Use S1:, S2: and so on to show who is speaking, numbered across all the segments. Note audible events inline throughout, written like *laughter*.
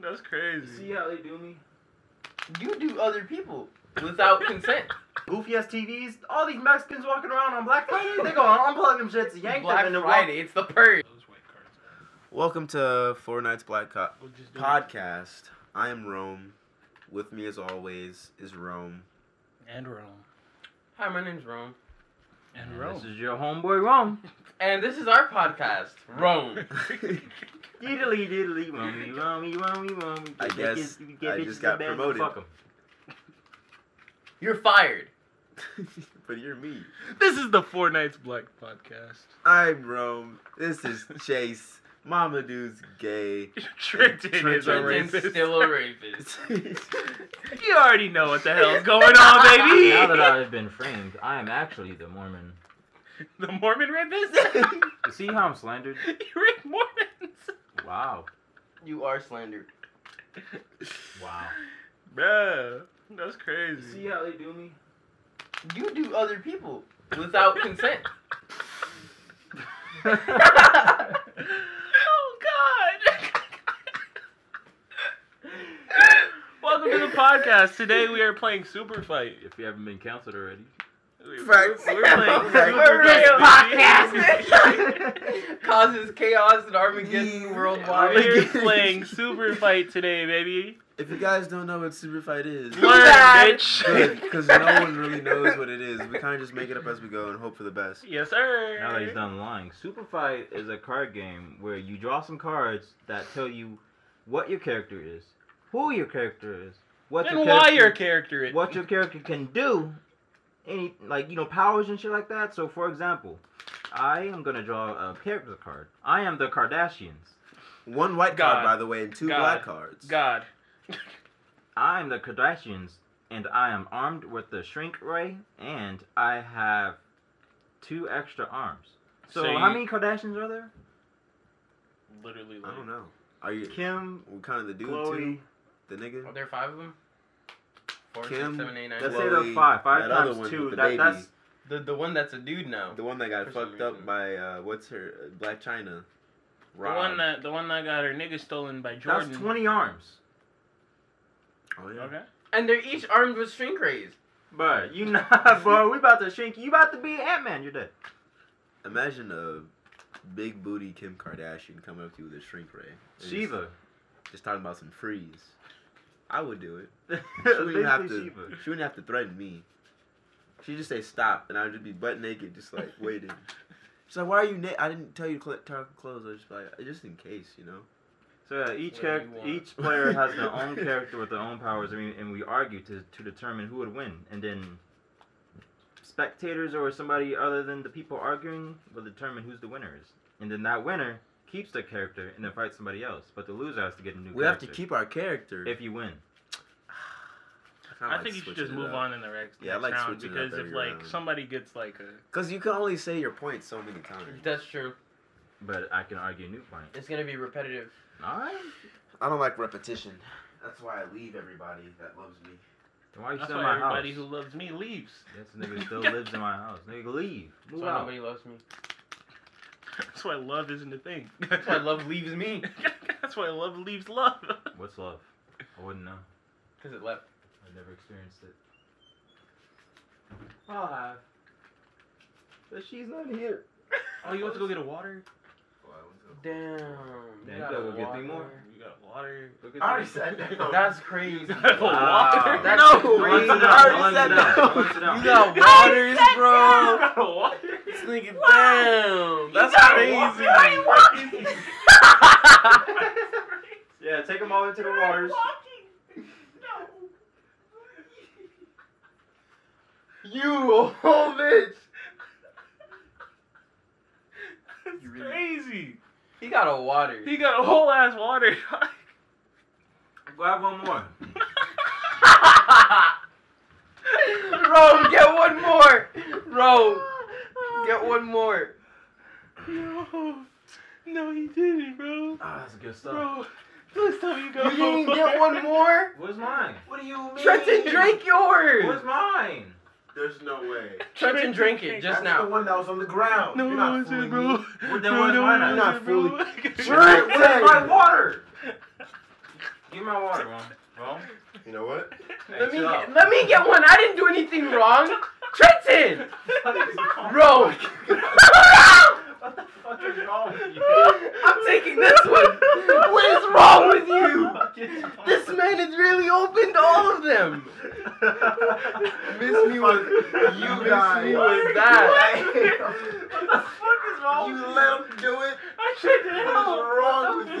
S1: That's crazy.
S2: See how they do me?
S3: You do other people without *laughs* consent.
S4: Goofy ass TVs. All these Mexicans walking around on Black Friday, they gonna unplug them shits, yank
S3: Black
S4: them, and
S3: Friday, it's the purge.
S1: Those white cards.
S5: Welcome to Fortnite's Black Co-
S1: We'll just do it.
S5: Podcast. I am Rome. With me, as always, is Rome.
S1: And Rome.
S3: Hi, my name's Rome,
S1: And
S4: This
S1: Rome.
S4: is your homeboy Rome.
S3: and this is our podcast, Rome.
S4: Diddly diddly, Romey, Romey, Romey, Romey.
S5: I guess I just got promoted.
S3: *laughs* You're fired.
S5: *laughs* but you're me.
S1: this is the Four Nights Black podcast.
S5: I'm Rome. This is Chase. Mama Dude's gay.
S1: *laughs*
S5: *laughs*
S1: Trenton, is a
S3: Trenton's
S1: racist.
S3: still a rapist.
S1: you already know what the hell's going *laughs* on, baby.
S4: Now that I've been framed, I am actually the Mormon.
S1: the Mormon *laughs* rapist.
S4: You see how I'm slandered?
S1: you rape Mormons.
S4: Wow.
S3: *laughs* You are slandered.
S4: Wow.
S1: Bruh, that's crazy.
S2: See how they
S4: *laughs*
S2: do me?
S3: You do other people *laughs* without consent.
S1: *laughs* oh *laughs* God! Welcome to the podcast. Today we are playing Super Fight.
S4: if you haven't been counseled already.
S1: We-
S5: Right.
S1: We're playing
S5: Right.
S1: Super
S3: This
S1: Fight.
S3: *laughs* Causes chaos and Mm-hmm. Armageddon worldwide.
S1: We're playing Super Fight today, baby.
S5: if you guys don't know what Super Fight is,
S1: Learn,
S3: bad.
S1: bitch.
S5: good, because no one really knows what it is. We kind of just make it up as we go and hope for the best.
S1: Yes, sir.
S6: Now that he's done lying, Super Fight is a card game where you draw some cards that tell you what your character is, who your character is, what
S1: and
S6: your
S1: why your
S6: character,
S1: character is.
S6: *laughs* what your character can do, any like you know powers and shit like that. So, for example, I am gonna draw a character card. I am the Kardashians.
S5: One white
S1: God.
S5: card, by the way, and two
S1: God.
S5: black cards.
S1: God.
S6: I am the Kardashians, and I am armed with the shrink ray, and I have two extra arms. So,
S1: So
S6: how
S1: you-
S6: many Kardashians are there?
S1: Literally,
S5: I
S1: like,
S5: don't know. Are you
S6: Kim,
S5: what kind of the dude too?
S6: Chloe.
S5: The
S3: Are
S5: nigga?
S3: there five of them? Four, six,
S5: Kim,
S3: seven, eight, nine.
S6: Let's
S5: Chloe,
S6: say there's five. Five
S5: that other
S6: times
S5: one with
S6: two.
S5: the
S6: That, that's
S3: The the one that's a dude now.
S5: The one that got
S3: For some
S5: fucked up
S3: reason.
S5: by uh, what's her uh, Black China.
S1: the one that the one that got her nigga stolen by Jordan.
S6: that's twenty arms.
S5: Oh yeah.
S1: Okay.
S3: And they're each armed with shrink rays.
S6: Bro, you *laughs* not, bro. We about to shrink. You about to be Ant Man. You're dead.
S5: Imagine a big booty Kim Kardashian coming up to you with a shrink ray.
S6: *laughs*
S5: It's
S6: Shiva.
S5: Just, just talking about some freeze. I would do *laughs* it. She wouldn't even have
S6: Basically
S5: to.
S6: Shiva.
S5: She wouldn't have to threaten me. She'd just say stop, and I'd just be butt naked, just *laughs* like waiting. She's like, "Why are you naked? I didn't tell you to cl- turn clothes." I was just like, "Just in case, you know."
S6: So yeah, each
S3: Whatever you
S6: character,
S3: want.
S6: each player has their own character with their own powers. I mean, and we argue to to determine who would win, and then spectators or somebody other than the people arguing will determine who's the winner is, and then that winner keeps the character and then fights somebody else. But the loser has to get a new.
S5: We have
S6: character
S5: to keep our character.
S6: if you win.
S5: Kinda
S1: I
S5: like
S1: think you should
S5: switching
S1: just
S5: it
S1: move
S5: up.
S1: on in the next,
S5: Yeah, I
S1: next
S5: like
S1: round
S5: switching it up
S1: because if
S5: every
S1: like
S5: round.
S1: somebody gets like a
S5: Cause you can only say your point so many times.
S3: That's true.
S6: But I can argue a new point.
S3: It's gonna be repetitive.
S6: All right.
S5: I don't like repetition. That's why I leave everybody that loves me.
S6: Then why are you
S1: that's
S6: still in
S1: why
S6: my house?
S1: everybody who loves me leaves. *laughs*
S6: This nigga still lives in my house. Nigga, leave.
S3: That's
S6: Move
S3: why
S6: out.
S3: nobody loves me.
S1: That's why love isn't a thing. *laughs*
S3: That's why love leaves me.
S1: That's why love leaves love. *laughs*
S6: What's love? I wouldn't know.
S3: Cause it left.
S6: I've never experienced it. I'll have. But she's not here.
S1: Oh, you want to go get a water?
S6: Damn,
S3: Damn. you
S6: you
S3: got
S6: gotta
S3: a
S6: go get three more.
S3: walker.
S1: You got water.
S6: Look
S5: I already said
S3: *laughs*
S5: that.
S3: That's crazy.
S1: Water?
S3: That's
S1: no.
S3: crazy.
S6: Once it
S5: I already
S6: once
S5: said
S6: it
S5: no.
S6: once it
S3: You
S1: *laughs*
S3: got waters,
S1: You
S3: bro.
S1: got a water.
S3: This nigga, damn. That's crazy.
S6: Yeah, take them all into the
S3: *laughs*
S6: waters.
S3: You whole bitch.
S1: That's crazy.
S3: He got a water.
S1: He got a whole ass water.
S6: Grab one more.
S3: Bro, get one more. *laughs* Bro, get one more.
S1: No. No, he didn't, bro.
S6: Ah, that's good stuff.
S1: Bro, please tell me you
S3: You
S1: got
S3: didn't get one more?
S6: Where's mine?
S5: What do you mean?
S3: Trenton *laughs* drank yours.
S6: Where's mine?
S5: There's no way.
S3: Trenton drank it just
S5: That's the
S3: now.
S5: one that was on the ground.
S1: No,
S5: You're
S1: no,
S5: not
S1: it's it,
S5: fooling
S1: bro.
S5: me.
S6: Well, then
S1: No, *laughs*
S6: where's
S1: no,
S6: mine
S1: no,
S6: at?
S1: it's it, bro.
S6: Where's my water? Give me my water, Ron. Ron?
S2: You know what?
S3: Let me
S6: chill
S3: get, *laughs*
S6: out.
S3: let me get one. I didn't do anything *laughs* wrong. Trenton, *laughs* bro,
S6: What the fuck is wrong with you?
S3: I'm taking this one. What is wrong with you?
S6: What the fuck is wrong
S3: This man has really opened all of them.
S2: Miss me with
S5: You
S2: you guys.
S5: guys.
S2: Miss me with that.
S6: What the fuck is wrong
S2: you
S6: with
S2: let him do it.
S6: I should
S2: What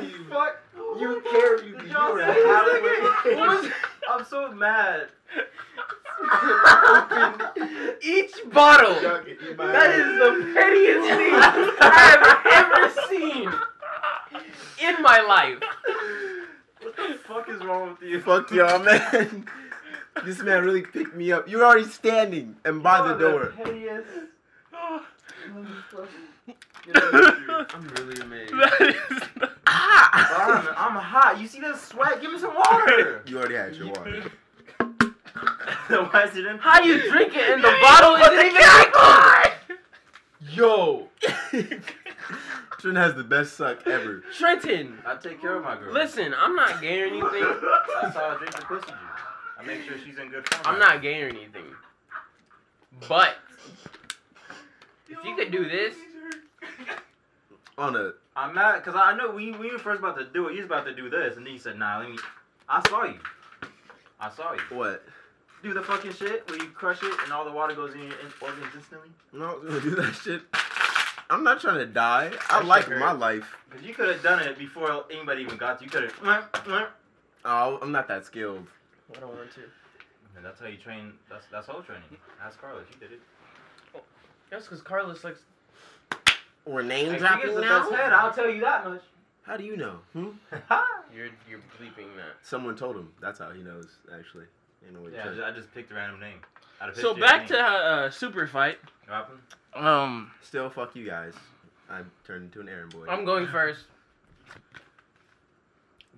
S2: is wrong with you?
S6: Fuck.
S2: You carry me.
S6: Did
S2: You
S6: y'all
S2: were
S6: see this
S2: halfway.
S6: nigga?
S5: *laughs*
S6: What is- I'm so mad.
S3: Each bottle.
S2: Y'all can eat my
S3: That
S2: ass.
S3: is the pettiest
S6: *laughs*
S3: thing I have ever seen in my life.
S6: What the fuck is wrong with you?
S5: Fuck y'all, man. This man really picked me up. You're already standing and by the
S6: You're
S5: door.
S6: The pettiest.
S5: I'm really amazed.
S1: *laughs*
S3: Ah.
S6: I'm, I'm hot. You see this sweat? Give me some
S3: *laughs*
S6: water.
S5: You already had your water.
S6: Why is it in?
S3: How *laughs* you drink it and the bottle isn't even empty? Yo,
S5: Trin has the best suck ever.
S3: Trenton,
S6: I take care of my girl.
S3: listen, I'm not gay or anything.
S6: That's how I drink the pussy juice. I make sure she's in good form.
S3: I'm not gay or anything. But if you could do this,
S5: On a
S6: I'm mad because I know we we were first about to do it. You was about to do this, and then you said, "Nah, let me." I saw you. I saw you.
S5: what?
S6: Do the fucking shit where you crush it and all the water goes in your in- organs instantly.
S5: I'm not gonna do that shit. I'm not trying to die. I
S6: That
S5: like
S6: shit hurt.
S5: my life.
S6: Because you could have done it before anybody even got to you. You could have.
S5: Oh, I'm not that skilled.
S3: I don't want to.
S6: And that's how you train. That's that's whole training. Ask Carlos. You did it.
S3: That's because Carlos likes.
S5: We're name
S6: If he gets
S5: dropping
S6: the
S5: now.
S6: best head, I'll tell you that *laughs* much.
S5: How do you know? Hmm?
S3: You're you're bleeping that.
S5: Someone told him. That's how he knows. Actually, you know what?
S6: yeah, I just, I just picked a random name. Out of
S3: So
S6: history,
S3: back
S6: I
S3: to uh, super fight.
S6: think. What happened?
S3: Um,
S5: Still, fuck you guys. I turned into an errand boy.
S3: I'm going first.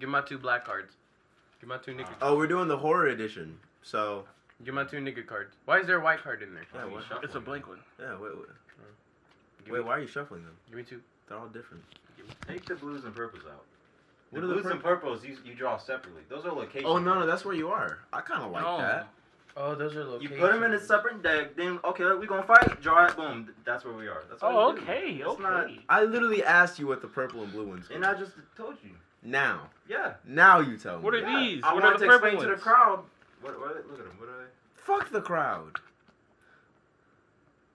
S3: Give my two black cards. Give my two nigga.
S5: oh, we're doing the horror edition. So
S3: Give my two nigga cards. Why is there a white card in there?
S5: yeah,
S6: Oh, you
S5: what,
S6: shuffled.
S1: It's a blank one.
S5: yeah. Wait, wait,
S3: Give
S5: wait.
S3: me,
S5: Why are you shuffling them?
S3: give me two.
S5: They're all different.
S6: Take the blues and purples out.
S5: What
S6: the
S5: are the
S6: blues and purples you, you draw separately. Those are locations.
S5: Oh no, no, that's where you are. I kind of like
S1: No.
S5: that.
S3: Oh, those are
S6: You
S3: locations.
S6: put them in a separate deck. Then okay, we gonna fight. Draw it. Boom. That's where we are. That's all
S1: Oh,
S6: you do.
S1: okay.
S6: It's
S1: okay.
S6: not-
S5: I literally asked you what the purple and blue ones.
S6: And
S5: were.
S6: I just told you.
S5: now,
S6: Yeah.
S5: now you tell me.
S1: What are
S6: yeah.
S1: these?
S6: I
S1: What
S6: wanted
S1: are the
S6: to
S1: purple
S6: explain to the
S1: ones?
S6: crowd. What? what are they? Look at them. What are
S5: Fuck the crowd.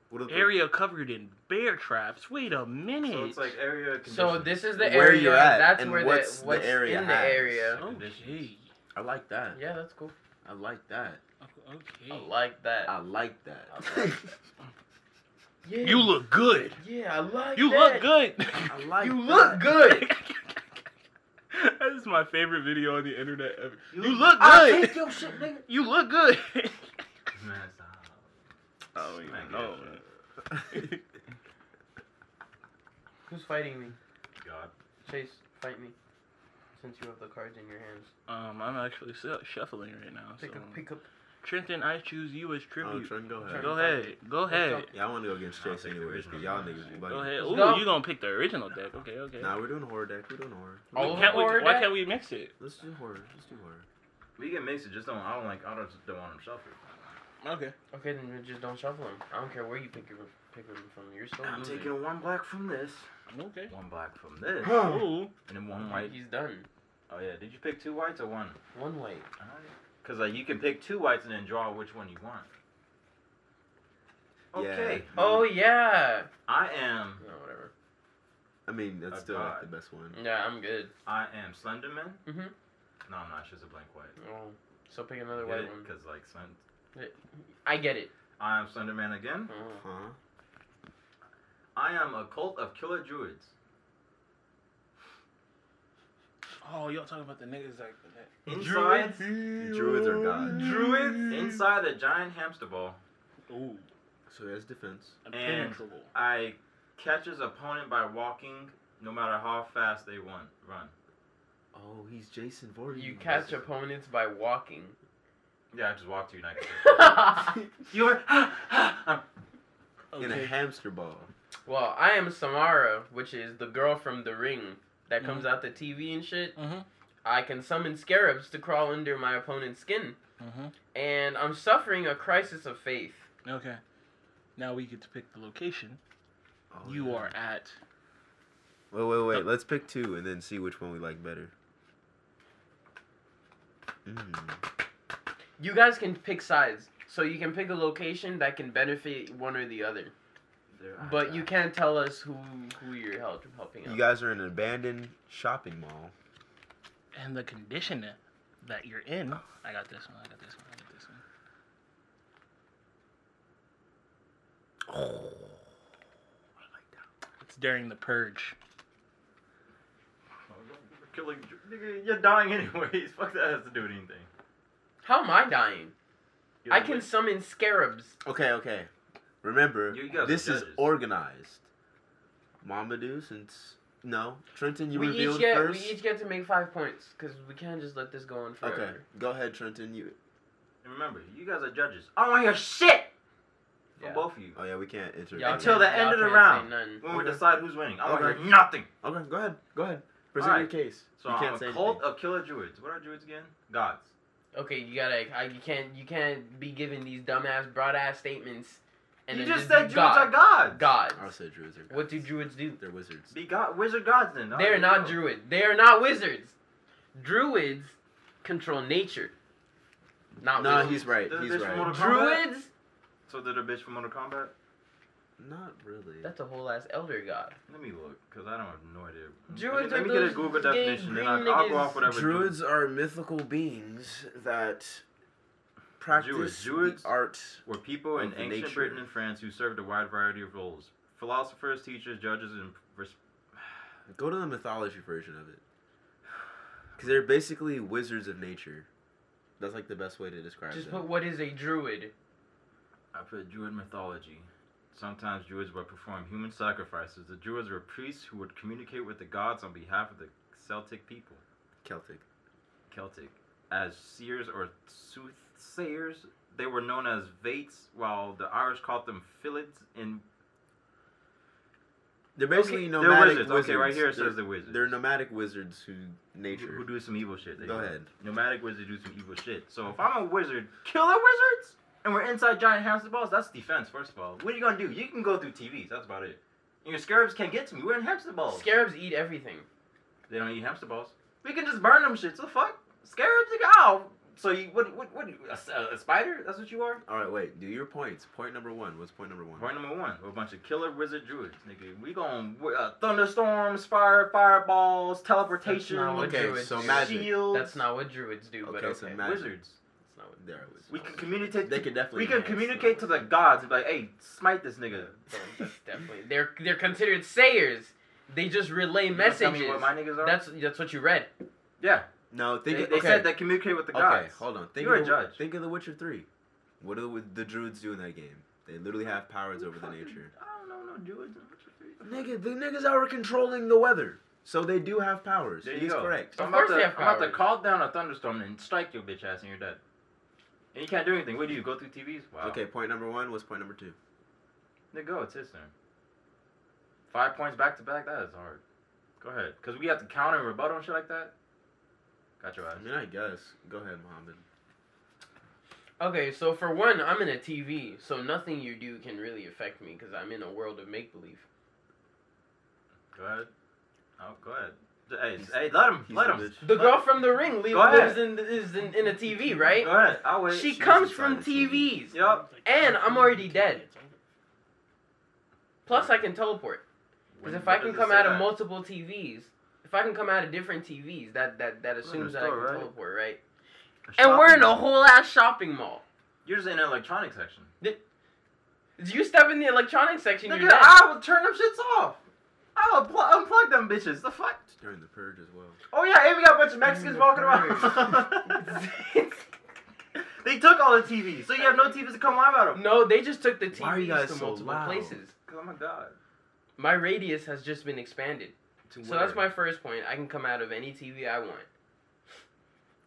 S5: What are the
S1: Area covered in bear traps. Wait a
S6: they?
S1: minute.
S6: So it's like area. Condition.
S3: So this is the
S5: Where
S3: area.
S5: you're at
S3: that's
S5: and
S3: where
S5: what's
S3: the,
S5: the
S3: what's
S5: area
S3: in the
S5: has.
S3: area.
S1: okay.
S5: I like that.
S3: Yeah, that's cool.
S5: I like that.
S1: Okay.
S3: I like that.
S5: I like that.
S3: I like
S5: *laughs*
S3: yeah.
S1: You look good.
S3: Yeah, I like
S1: You
S3: that.
S1: look *laughs* good.
S5: I like.
S3: You
S5: that.
S3: look *laughs* good.
S1: That is my favorite video on the internet ever. You,
S6: You-
S1: look
S3: I
S1: good.
S3: take your shit, nigga.
S1: You look good.
S6: *laughs* Man, stop.
S1: *laughs* oh,
S6: Man, get
S1: no.
S6: that
S3: Who's fighting me?
S6: shit. God.
S3: Chase, fight me. Since you have the cards in your hands.
S1: um, I'm actually su- shuffling right now. So.
S3: Pick up, pick up.
S1: Trenton, I choose you as
S5: *laughs* Oh,
S1: tribute.
S5: Trent, go ahead.
S1: Go ahead. Go ahead.
S5: Yeah, I want to go against
S6: I'll
S5: Chase
S6: take the
S5: anyways,
S6: original.
S5: because y'all niggas be
S1: Go
S5: bugging.
S1: ahead.
S3: Let's
S1: Ooh,
S3: go.
S1: you gonna pick the original deck? Okay, okay.
S5: Nah, we're doing horror deck. We're doing horror.
S1: We
S3: All of
S1: can't- we-
S3: Horror
S1: why
S3: deck?
S1: can't we mix it?
S5: Let's do horror. Let's do horror.
S6: We can mix it. Just don't. I don't like. I don't just don't want them shuffled.
S1: Okay.
S3: Okay, then you just don't shuffle them. I don't care where you pick them, pick them from. You're still
S6: I'm
S3: losing.
S6: taking one black from this,
S1: Okay.
S6: one black from this,
S1: Ooh.
S6: and then one white.
S3: He's done.
S6: Oh yeah. Did you pick two whites or one?
S3: One way.
S6: Cause like you can pick two whites and then draw which one you want.
S5: Yeah.
S6: Okay.
S3: Oh yeah.
S6: I am.
S3: No, whatever.
S5: I mean,
S6: Oh,
S5: that's still not the
S6: God.
S5: best one.
S3: Yeah, I'm good.
S6: I am Slenderman.
S3: Mhm.
S6: No, I'm not. She's a blank white.
S3: Oh, so pick another white one.
S6: Because like Slend-
S3: I get it.
S6: I am Slenderman again.
S3: Oh.
S5: Huh?
S6: I am a cult of killer druids.
S1: Oh, y'all talking about the niggas like that.
S6: Inside,
S5: Druids are gods.
S6: druids inside a giant hamster ball.
S1: Ooh.
S5: So he has defense.
S1: Impenetrable.
S6: I catches opponent by walking, no matter how fast they run. Run.
S5: Oh, he's Jason Voorhees.
S3: You catch opponents by walking.
S6: Yeah, I just walked to you. and I
S3: *laughs*
S6: can-
S3: well,
S6: you *laughs* were. I'm-
S5: in a
S1: Okay.
S5: hamster ball.
S3: I am Samara, which is the girl from The Ring that comes out the TV and shit.
S1: Mhm.
S3: I can summon scarabs to crawl under my opponent's skin,
S1: Mm-hmm.
S3: and I'm suffering a crisis of faith.
S1: Okay. Now we get to pick the location.
S5: Oh,
S1: you
S5: yeah.
S1: are at.
S5: Wait, wait, wait. Let's pick two and then see which one we like better. Mm.
S3: You guys can pick sides, so you can pick a location that can benefit one or the other.
S6: Ah,
S3: But you can't tell us who who you're help, helping out.
S5: You guys are in an abandoned shopping mall.
S1: And the condition that you're in.
S5: Oh.
S1: I got this one. I got this one. I got this one. It's during the purge.
S6: *laughs* Killing, nigga, you're dying anyways. *laughs* Fuck that has to do with anything.
S3: How am I dying?
S6: You're
S3: I
S6: the
S3: can
S6: witch.
S3: summon scarabs.
S5: Okay, okay. Remember,
S6: You guys are
S5: this is
S6: judges.
S5: organized. Mamadou, since no Trenton, you
S3: we
S5: revealed
S3: each get
S5: first.
S3: we each get to make five points because we can't just let this go on forever.
S5: okay, go ahead, Trenton. You.
S6: And remember, you guys are judges. I don't want to hear shit from
S3: Yeah.
S6: both of you.
S5: Oh yeah, we can't enter.
S3: Y'all
S6: Until
S3: can't-
S6: the end
S3: y'all
S6: of the round.
S3: can't say none.
S6: When we
S5: Okay.
S6: decide who's winning, I want to
S5: Okay.
S6: hear nothing.
S5: Okay, go ahead. Go ahead. Present
S6: Alright.
S5: your case.
S6: So
S5: you
S6: I'm
S5: can't
S6: a
S5: say
S6: cult
S5: anything.
S6: of killer druids. What are druids again? Gods.
S3: Okay, you gotta. I, you can't. You can't be giving these dumbass, broad ass statements. And
S6: you
S3: then
S6: just said
S3: be
S6: druids are gods.
S3: Gods.
S5: I'll say druids are.
S3: What do
S5: gods.
S3: druids do?
S5: They're wizards.
S6: Be god. Wizard gods then.
S3: They are
S6: Alright,
S3: not
S6: go.
S3: druids. They are not wizards. Druids control nature. Not
S5: Nah,
S3: wizards.
S5: he's right.
S6: Does
S5: He's
S6: this
S5: right.
S6: wanna-
S3: Druids?
S6: So did a bitch from Mortal Kombat?
S5: Not really.
S3: That's a whole ass elder god.
S6: Let me look, cause I don't have no idea.
S3: Druids
S6: Let
S3: are
S6: me get a
S3: those
S6: Google
S3: big
S6: definition, then
S3: green
S6: I'll, I'll go
S3: niggas.
S6: off whatever.
S5: Druids are mythical beings that practice
S6: Druids.
S5: the art.
S6: were people in
S5: Of the
S6: ancient
S5: nature.
S6: Britain and France who served a wide variety of roles: philosophers, teachers, judges, and res-
S5: Go to the mythology version of it. Because they're basically wizards of nature. That's like the best way to describe
S3: Just
S5: them.
S3: put what is a druid.
S6: I put Druid mythology. Sometimes Druids would perform human sacrifices. The Druids were priests who would communicate with the gods on behalf of the Celtic people,
S5: Celtic.
S6: Celtic, as seers or soothsayers. They were known as Vates, while the Irish called them Filids. And
S5: They're basically
S6: they're
S5: nomadic
S6: wizards. Okay, right here it
S5: They're-
S6: says they're wizards.
S5: They're nomadic wizards who
S6: who,
S5: nature.
S6: who do some evil shit. They
S5: Go
S6: do.
S5: ahead.
S6: Nomadic wizards do some evil shit. So if I'm a wizard, killer wizards, and we're inside giant hamster balls, that's defense, first of all. What are you gonna do? You can go through TVs, that's about it. And your scarabs can't get to me. We're in hamster balls.
S3: Scarabs eat everything.
S6: they don't eat hamster balls. We can just burn them shit. So fuck. Scarabs, like, oh. So you, what, what, what, a, s- a spider? That's what you are?
S5: All right, wait. Do your points. Point number one. What's point number one?
S6: Point number one, we're a bunch of killer wizard druids, nigga. We gon' uh, thunderstorms, fire, fireballs, teleportation,
S3: That's not what
S5: okay,
S3: druids
S5: so
S3: do.
S5: magic.
S6: shields.
S3: That's not what druids do, but
S5: Okay,
S3: okay.
S5: so
S3: That's
S5: magic.
S6: wizards.
S3: not what
S5: There it was.
S6: We can communicate.
S5: They could definitely
S6: We can
S5: enhance
S6: communicate
S5: the-
S6: to the gods and be like, "Hey, smite this nigga."
S3: *laughs* that's definitely they're they're considered sayers. They just relay
S6: You gonna tell me
S3: messages.
S6: what my niggas are?
S3: That's that's what you read.
S6: yeah.
S5: No,
S6: They,
S5: think of,
S6: they
S5: okay.
S6: said they communicate with the gods.
S5: Okay, hold on. Think
S6: You're
S5: of
S6: a
S5: the,
S6: judge.
S5: Think of The Witcher Three. What do the, the druids do in that game? They literally have powers over the
S6: Fucking-
S5: nature.
S6: I don't know no druids.
S5: Nigga, the niggas are controlling the weather, so they do have powers.
S6: There
S5: He
S6: you
S5: is
S6: go.
S5: correct.
S6: So
S3: Of
S6: I'm,
S3: course
S6: about to,
S3: they have
S6: I'm about to
S3: powers.
S6: call down a thunderstorm and strike your bitch ass and you're dead. And you can't do anything. What do you go through TVs? Wow.
S5: Okay, point number one. What's point number two?
S6: Nigga, go. It's his turn. Five points back to back. That is hard. Go ahead. Cause we have to counter and rebuttal and shit like that. Got your ass.
S5: I mean, I guess. Go ahead, Mohammed.
S3: Okay, so for one, I'm in a TV, so nothing you do can really affect me because I'm in a world of make believe.
S6: Go ahead. Oh, go ahead. Hey, hey, let him.
S5: He's
S6: Let
S5: a
S6: him.
S5: bitch.
S3: The girl from The Ring li-
S6: Go ahead.
S3: lives in is in, in a TV, right?
S6: Go ahead. I'll wait.
S3: She
S5: she's
S3: comes
S5: inside
S3: from
S5: the TV.
S3: TVs.
S6: Yup.
S3: And I'm already dead. Plus, I can teleport. Because
S6: When-
S3: if
S6: when
S3: I can
S6: does it
S3: come
S6: say
S3: out of
S6: that?
S3: multiple TVs, if I can come out of different TVs, that that that
S6: in
S3: assumes
S6: the
S3: that I
S6: store,
S3: can
S6: right?
S3: teleport, right?
S6: A
S3: And we're in
S6: shopping
S3: a
S6: mall.
S3: whole ass shopping mall.
S6: You're just in an electronics section.
S3: You step in the electronics section, you're
S6: Nigga,
S3: dead.
S6: I will turn them shits off. I'll pl- unplug them bitches. The fuck?
S5: During the purge as well.
S6: Oh yeah, and we got a bunch of Mexicans walking around. *laughs* they took all the TVs, so you have no TVs to come live out of.
S3: no, they just took the TVs
S5: Why are you guys
S3: to
S5: so
S3: multiple
S5: loud?
S3: places.
S6: Oh my god.
S3: My radius has just been expanded.
S6: To
S3: So
S6: where?
S3: that's my first point. I can come out of any TV I want.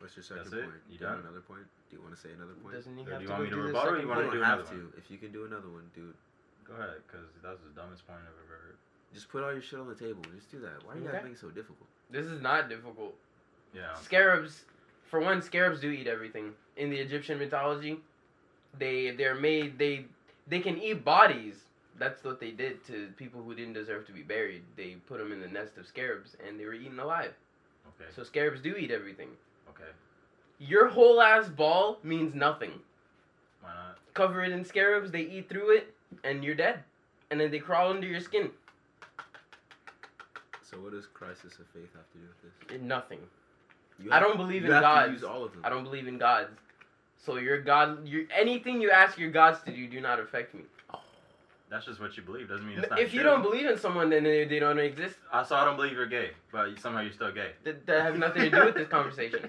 S5: What's your second
S6: That's it?
S5: point?
S6: You
S5: do you want
S6: done?
S5: another point? Do you want to say another point?
S3: Doesn't he
S6: Or
S3: have
S6: do
S3: to
S6: you
S3: go
S6: want me to
S3: do the
S6: rebuttal or
S3: second
S6: you
S5: you
S6: wanna
S3: point?
S5: don't
S6: do
S5: have
S6: another
S5: to. If you can do another one, dude.
S6: Go ahead, cause that's the dumbest point I've ever heard.
S5: Just put all your shit on the table. Just do that. Why do you guys
S3: Okay.
S5: make it so difficult?
S3: This is not difficult.
S6: Yeah.
S3: Scarabs, for one, scarabs do eat everything. In the Egyptian mythology, they they're made they they can eat bodies. That's what they did to people who didn't deserve to be buried. They put them in the nest of scarabs, and they were eaten alive.
S6: Okay.
S3: So scarabs do eat everything.
S6: Okay.
S3: Your whole ass ball means nothing.
S6: Why not?
S3: Cover it in scarabs, they eat through it, and you're dead. And then they crawl under your skin.
S5: So what does crisis of faith have to do with this?
S3: Nothing.
S5: You
S3: I
S5: have-
S3: don't believe
S5: you
S3: in
S5: have to
S3: gods.
S5: use all of them.
S3: I don't believe in gods. So your god, your anything you ask your gods to do, do not affect me.
S6: That's just what you believe. Doesn't mean it's not
S3: if you
S6: true.
S3: don't believe in someone, then they, they don't exist.
S6: I so I don't believe you're gay, but you- somehow you're still gay.
S3: That, that has nothing to do with this
S5: *laughs*
S3: conversation.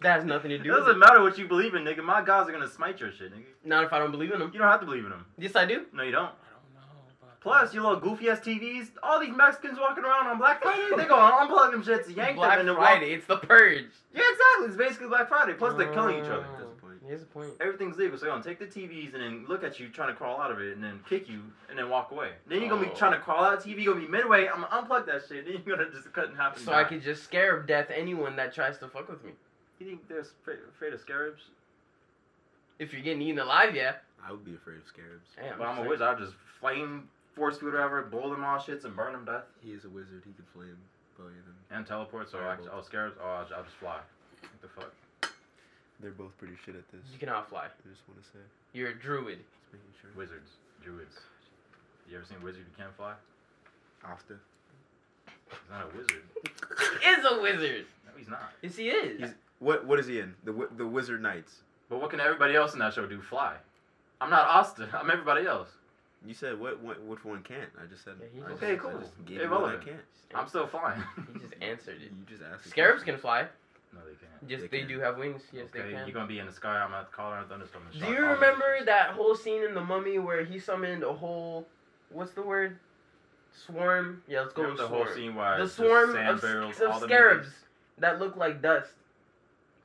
S3: That has nothing to
S6: It
S3: do. with
S6: doesn't
S3: it.
S6: matter what you believe in, nigga. My gods are gonna smite your shit, nigga.
S3: Not if I don't believe in them.
S6: You don't have to believe in them.
S3: Yes, I do.
S6: No, you don't.
S1: I don't know. About
S6: Plus, you little goofy ass TVs. All these Mexicans walking around on Black Friday, they gonna unplug them shits, yank
S3: Black
S6: them, and then walk-
S3: Friday, it's the purge.
S6: Yeah, exactly. It's basically Black Friday. Plus, they're killing each
S3: Mm.
S6: other.
S5: At this point.
S3: Here's the point.
S6: Everything's legal, so they gonna take the TVs and then look at you trying to crawl out of it, and then kick you, and then walk away. Then you're gonna be
S3: Oh.
S6: trying to crawl out TV. You're gonna be midway. I'm gonna unplug that shit. *laughs* Then you're gonna just cut in half. and
S3: So I
S6: die.
S3: could just scarab death anyone that tries to fuck with me.
S6: You think they're sp- afraid of scarabs?
S3: If you're getting eaten alive, yeah.
S5: I would be afraid of scarabs.
S3: Damn,
S6: But I'm a
S3: saying.
S6: wizard. I'll just flame, force food, or whatever, blow them all shits, and burn them death,
S5: He is a wizard. He can flame both of them.
S6: and teleport. So I, oh, scarabs. Oh, I'll, I'll just fly. What the fuck?
S5: They're both pretty shit at this.
S3: You cannot fly.
S5: I just want to say.
S3: You're a
S6: *laughs*
S3: druid.
S5: Just making sure.
S6: Wizards, druids. You ever seen a wizard who can't fly?
S5: After.
S6: He's not a wizard.
S3: He is a wizard.
S6: No, he's not.
S3: Yes, he is.
S5: He's- What What is he in? The wi- the Wizard Knights.
S6: But what can everybody else in that show do? Fly. I'm not Austin. I'm everybody else.
S5: You said what, what? Which one can't? I just said.
S3: Yeah, he
S5: I
S3: just-
S5: just-
S6: Okay,
S5: I
S6: cool.
S5: just gave you one I
S6: Irrelevant.
S5: can't.
S6: I'm still flying.
S3: He just answered it.
S5: You just asked. the
S3: Scarabs
S5: question.
S3: can fly.
S6: *laughs* no, they can't.
S3: Just
S5: They
S3: they,
S5: can.
S3: do have wings. Yes,
S6: okay,
S3: they can.
S6: you're gonna be in the sky. I'm at collar and thunderstorm. and
S3: Do
S6: shot
S3: you
S6: all of
S3: remember
S6: you.
S3: that whole scene in The Mummy where he summoned a whole, what's the word? Swarm. Yeah, let's go
S6: Remember
S3: with
S6: the
S3: swarm.
S6: whole scene where
S3: the
S6: it's just
S3: swarm
S6: sand
S3: of,
S6: barrels,
S3: of
S6: all the niggas-
S3: scarabs that look like dust.